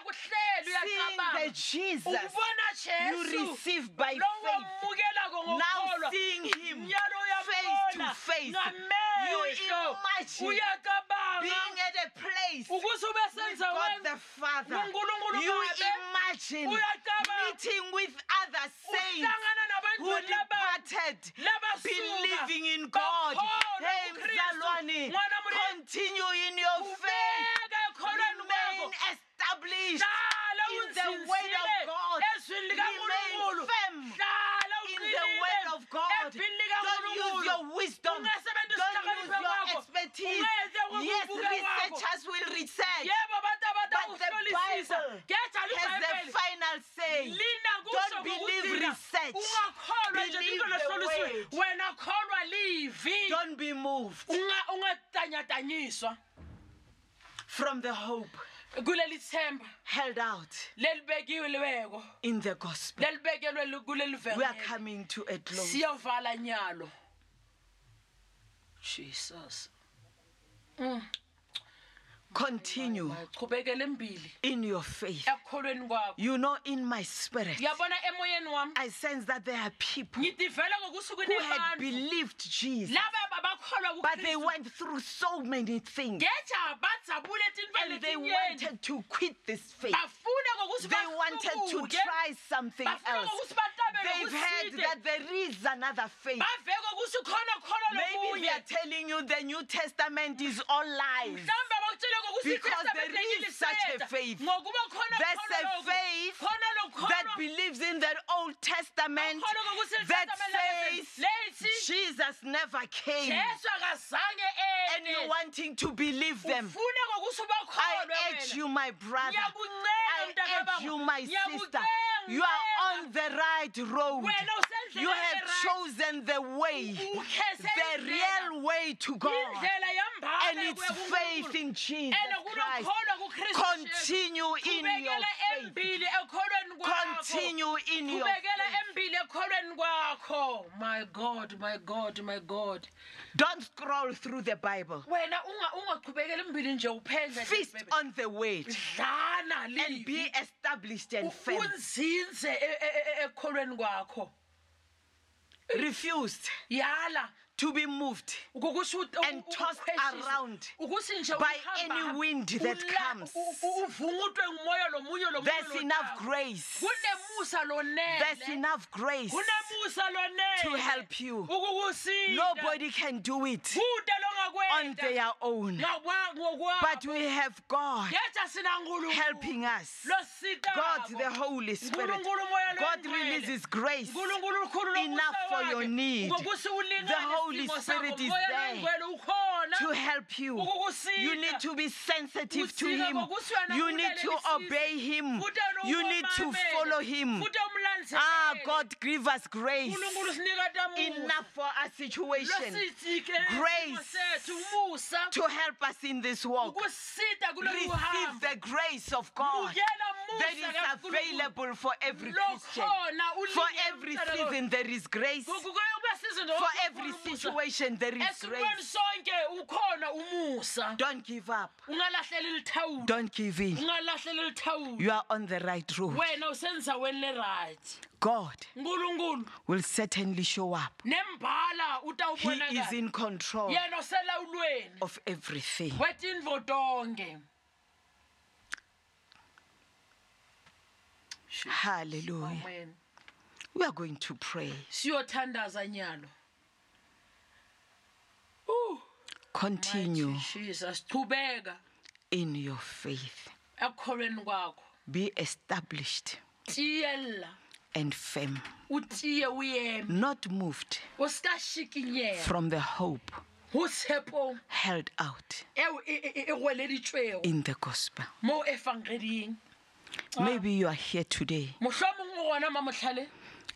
A: seeing
B: kuhlele
A: the
B: uyacabanga
A: Jesus
B: ukubona
A: you
B: jesu
A: receive by faith.
B: lowamukelako
A: Now
B: ngokholwa
A: seeing Him
B: nyalo
A: face to
B: uyambona
A: face,
B: ngamehlo
A: you imagine being
B: uyacabanga
A: at a place with
B: ukuze ube
A: God
B: senzaweni
A: the Father.
B: noNkulunkulu
A: You
B: Babe,
A: imagine
B: uyacabanga.
A: meeting with other saints
B: uhlangana
A: who
B: nabantwana labantu
A: departed believing in God.
B: bakholwa
A: Hey,
B: kuKristu.
A: Mzalwane,
B: Mwana mre-
A: continue in your faith.
B: ubeka ekholweni
A: Remain
B: kwakho
A: established
B: hlala
A: in the word of
B: unzinzile
A: God.
B: ezwini
A: Remain
B: likankulunkulu
A: firm
B: hlala
A: in the word of God.
B: ebhilini
A: Don't use your
B: likankulunkulu
A: wisdom.
B: Ungasebenzisi
A: Don't use
B: uhlakanipha
A: your
B: kwakho.
A: expertise.
B: Ungenze kwakho
A: Yes,
B: ukubuka kwakho.
A: researchers will research.
B: yebo abantu
A: But the
B: abatakuhlolisisa
A: Bible
B: ngetha
A: Has the
B: libhayibheli
A: final say.
B: lina kusho
A: Don't believe
B: ngokuzila.
A: research.
B: ungakholwa nje
A: Believe
B: into
A: the
B: lohlolisiwe
A: word.
B: wena kholwa livi
A: Don't be moved
B: Unga- ungatanyatanyiswa
A: from the hope
B: kuleli themba
A: held out
B: lelibekiwe libeko
A: in the gospel.
B: lelibekelwe li- kuleli
A: We are
B: vengele
A: coming to a close.
B: siyovala nyalo jesus Mm.
A: Continue
B: chubekele mbili
A: in your faith.
B: ekukholweni kwakho
A: You know, in my spirit,
B: uyabona emoyeni wami
A: I sense that there are people
B: ngidivela ngokusuku
A: who had
B: nebantu
A: believed Jesus,
B: laba babakholwa
A: but they
B: kukristu
A: went through so many things
B: ngeja bajabule
A: and they
B: tintweletinyeni
A: wanted to quit this faith.
B: bafuna ngokuthi
A: They wanted to
B: bahlubuke.
A: try something
B: bafuna
A: else.
B: ngokuthi batabele
A: They've heard
B: kuside
A: that there is another faith.
B: bave ngokuthi khona khona
A: Maybe they
B: lokunye
A: are telling you the New Testament is all lies.
B: mhlawumbe bakutshele ngokuthi
A: Because there
B: iTestament
A: is such a
B: liseda.
A: faith.
B: ngokuba khona
A: There's
B: khona
A: a
B: lokhu,
A: faith
B: khona
A: That
B: lokukholwa
A: believes in the Old Testament
B: Bakhona ngokuthi iTestament
A: that
B: lalethi-
A: says
B: lethi
A: Jesus never came
B: jesu akazange
A: and you're wanting to believe them.
B: ufuna ngokuthi
A: I urge
B: ubakholwe
A: you, my brother.
B: ngiyakuncenga
A: I urge you, my sister, You are on the right road.
B: Wena o sa
A: You have
B: ndleleng
A: chosen the way,
B: e right. O khethe
A: the
B: indlela.
A: real way to God.
B: indlela yembaba
A: And it's faith in Jesus
B: and
A: Christ.
B: kunokholwa kuKristu Jesu.
A: Continue in your
B: Ubekela
A: faith.
B: embili ekholweni kwakho.
A: Continue in your
B: Ubekela
A: faith.
B: embili ekholweni kwakho. My God, my God, my God.
A: Don't scroll through the Bible.
B: Wena unga- ungaqhubekeli mbili nje uphendla nje
A: Feast
B: bebe.
A: on the word
B: Dlana
A: and be
B: livi.
A: established and firm.
B: Unzinze e- e- e- ekholweni kwakho.
A: Refuse
B: Yala
A: to be moved.
B: ngokusho
A: And tossed around
B: ukuthi nje
A: by
B: uhamba,
A: any wind that
B: ula-
A: comes.
B: u- u- uvungutwe ngumoya lomunye lomunye
A: There's enough
B: lothatha.
A: grace.
B: kunemusa
A: There's
B: lonele
A: enough grace
B: kunemusa lonele
A: to help you.
B: ukukusiza
A: Nobody can do it
B: kude
A: on
B: longakwenda
A: their own. But
B: ngokwabo
A: we have God
B: yetha sina nkulunkulu
A: helping us. God, the
B: lositabo
A: Holy Spirit.
B: uNkulunkulu umoya
A: God
B: lwengcwele.
A: releases grace.
B: unkulunkulu ukhulu
A: enough for your need. The Holy Spirit is there
B: ukhona
A: to help you.
B: ukukusiza.
A: You need to be sensitive to
B: Usiza
A: Him.
B: ngokuthi wena
A: You need to
B: umlalelisize.
A: obey Him.
B: Futhi wena
A: Hmm. You need to
B: umamele.
A: follow Him.
B: Futhi umlandzelele.
A: Ah, God, give us grace
B: unkulunkulu sinika tamusa
A: enough for our situation Grace.
B: grace
A: to help us in this walk.
B: ukusida
A: Receive the grace of God that is available for every Christian. For every season, there is grace. For every situation, there is
B: esimweni
A: grace.
B: sonke ukhona umusa
A: Don't give up.
B: ungalahleli lithawulo
A: Don't give in.
B: ungalahleli lithawulo
A: You are on the right road.
B: wena usenzaweni lerayithi
A: God
B: nkulunkulu
A: will certainly show up.
B: nembala
A: He is
B: utawubonakala
A: in control
B: yena oselawulweni
A: of everything.
B: wetintfo tonke Oh
A: Hallelujah.
B: amen
A: We are going to pray.
B: siyothandaza nyalo Uh,
A: Continue
B: mighty jesus chubeka
A: in your faith.
B: ekukholweni kwakho
A: Be established
B: tiyela
A: and firm,
B: utiye uyeme
A: not moved
B: usikashikinyela
A: from the hope
B: go tshepo
A: held out
B: eo e- e e- e gweleditšwego
A: in the gospel.
B: mo evangeling
A: Maybe you are here today
B: mohlwa mongwe o gona mamotlhale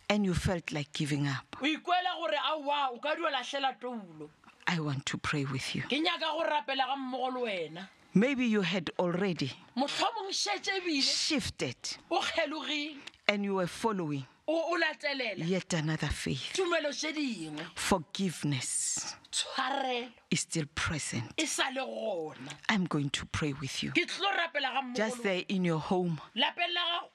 A: and you felt like giving up.
B: o ikwela gore aowa o ka duelatlhela toulo
A: I want to pray with you.
B: ke nyaka go rapela ga mmogo le wena
A: Maybe you had already
B: mohlwa mongwe šetse ebile
A: shifted
B: o kgelogile
A: and you were following
B: o o latelela
A: yet another faith.
B: tumelo tše dingwe
A: Forgiveness
B: tshwarelo
A: is still present.
B: e sa le gona
A: I'm going to pray with you.
B: ke tlo rapela ga
A: Just
B: mmogolo
A: there in your home,
B: lapeng la gago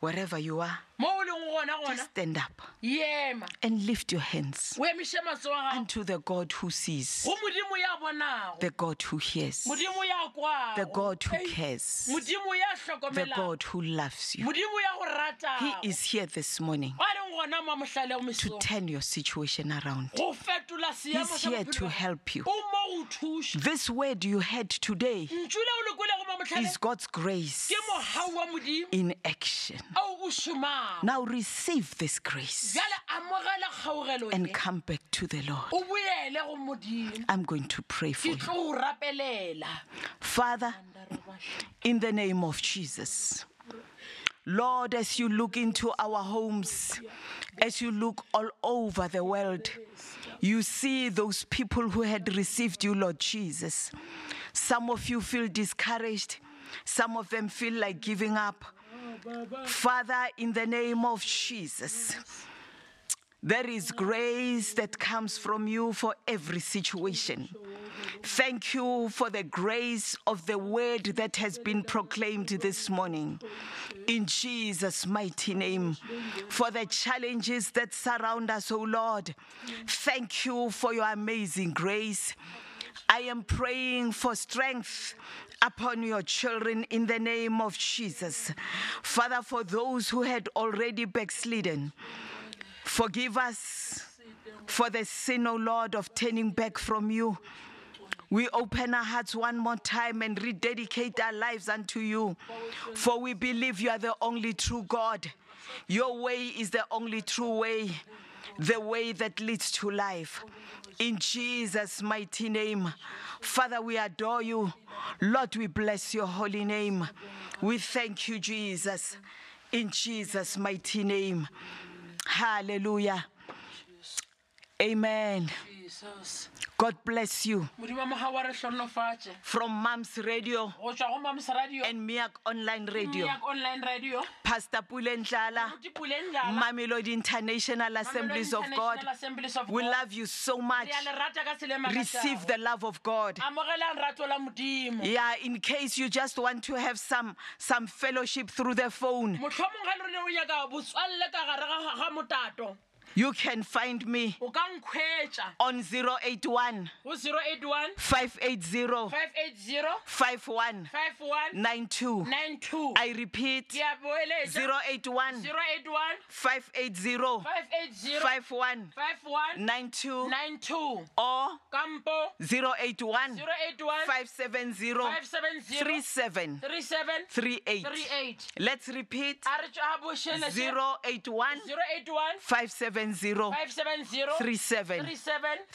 A: wherever you are,
B: mo o leng gona
A: just
B: gona
A: stand up
B: ema
A: and lift your hands
B: o emiše matso a gago
A: unto the God who sees,
B: go modimo ya bonago
A: the God who hears,
B: modimo ya
A: the
B: kwago
A: God who cares,
B: modimo ya
A: the
B: hlokomelang
A: God who loves you.
B: modimo ya go
A: He
B: ratago
A: is here this morning
B: a leng gona mamohlale go
A: to
B: mesong
A: turn your situation around.
B: go fetola seemo
A: He's
B: sa
A: here
B: bophelo
A: to
B: ba gago.
A: help you.
B: o mo go thuša
A: This word you heard today
B: ntsule o lekolego mamohlale
A: is God's grace
B: ke mogau wa modimo
A: in action.
B: ao o šomago
A: Now receive this grace
B: jale amogela kgaogelo ye.
A: and come back to the Lord.
B: o boele go modimo
A: I'm going to pray for
B: ke
A: you.
B: tlo go rapelela
A: Father, in the name of Jesus. Lord, as you look into our homes, as you look all over the world, you see those people who had received you, Lord Jesus. Some of you feel discouraged, some of them feel like giving up. Father, in the name of Jesus, there is grace that comes from you for every situation. Thank you for the grace of the word that has been proclaimed this morning. In Jesus' mighty name, for the challenges that surround us, O Lord, thank you for your amazing grace. I am praying for strength upon your children in the name of Jesus. Father, for those who had already backslidden, forgive us for the sin, O Lord, of turning back from you. We open our hearts one more time and rededicate our lives unto you. For we believe you are the only true God. Your way is the only true way, the way that leads to life. In Jesus' mighty name, Father, we adore you. Lord, we bless your holy name. We thank you, Jesus. in Jesus' mighty name. Hallelujah. Amen.
B: jesus
A: God bless you
B: modimo moga wa re tlhonolofatše
A: from Moms Radio
B: go tswa go mams radio
A: and Miak Online Radio.
B: Yak online radio
A: Pastor Pulenjala,
B: dipuleng jala
A: Mamelodi International Assemblies of God.
B: assemblies of
A: We
B: God.
A: love you so much.
B: Re a le rata ka selema ka
A: Receive
B: tau.
A: the love of God.
B: amogelang rato la modimo
A: Yeah, in case you just want to have some some fellowship through the phone,
B: mohlomong ga le rone o nyaka botswalle ka gare ga- ga motato
A: you can find me
B: o ka nkgwetša
A: on 081
B: go 081
A: 580
B: 580
A: 5192.
B: 5192
A: I repeat
B: ke a boeletša
A: 081
B: 081
A: 580
B: 580
A: 5192
B: 5192
A: or
B: kampo
A: 081
B: 081
A: 570
B: 570
A: 3738.
B: 3738
A: Let's repeat
B: a re tswa a bošheletse
A: 081
B: 081
A: 570 3738.
B: 570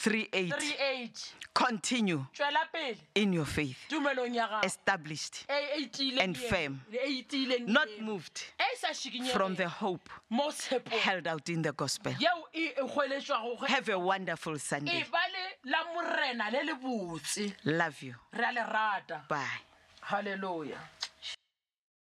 B: 3738
A: Continue
B: tswela pele
A: in your faith,
B: tumelong ya gago
A: established
B: e etileng
A: and
B: yena,
A: firm,
B: le e etileng
A: not
B: yena,
A: moved
B: e e sa šikinyegego
A: from the hope
B: mo tshepong
A: held out in the gospel.
B: yeo e e kgweletswago ge-
A: Have a wonderful
B: e
A: Sunday.
B: ba le la morena le le botse
A: Love you.
B: re a le rata
A: Bye.
B: halleluja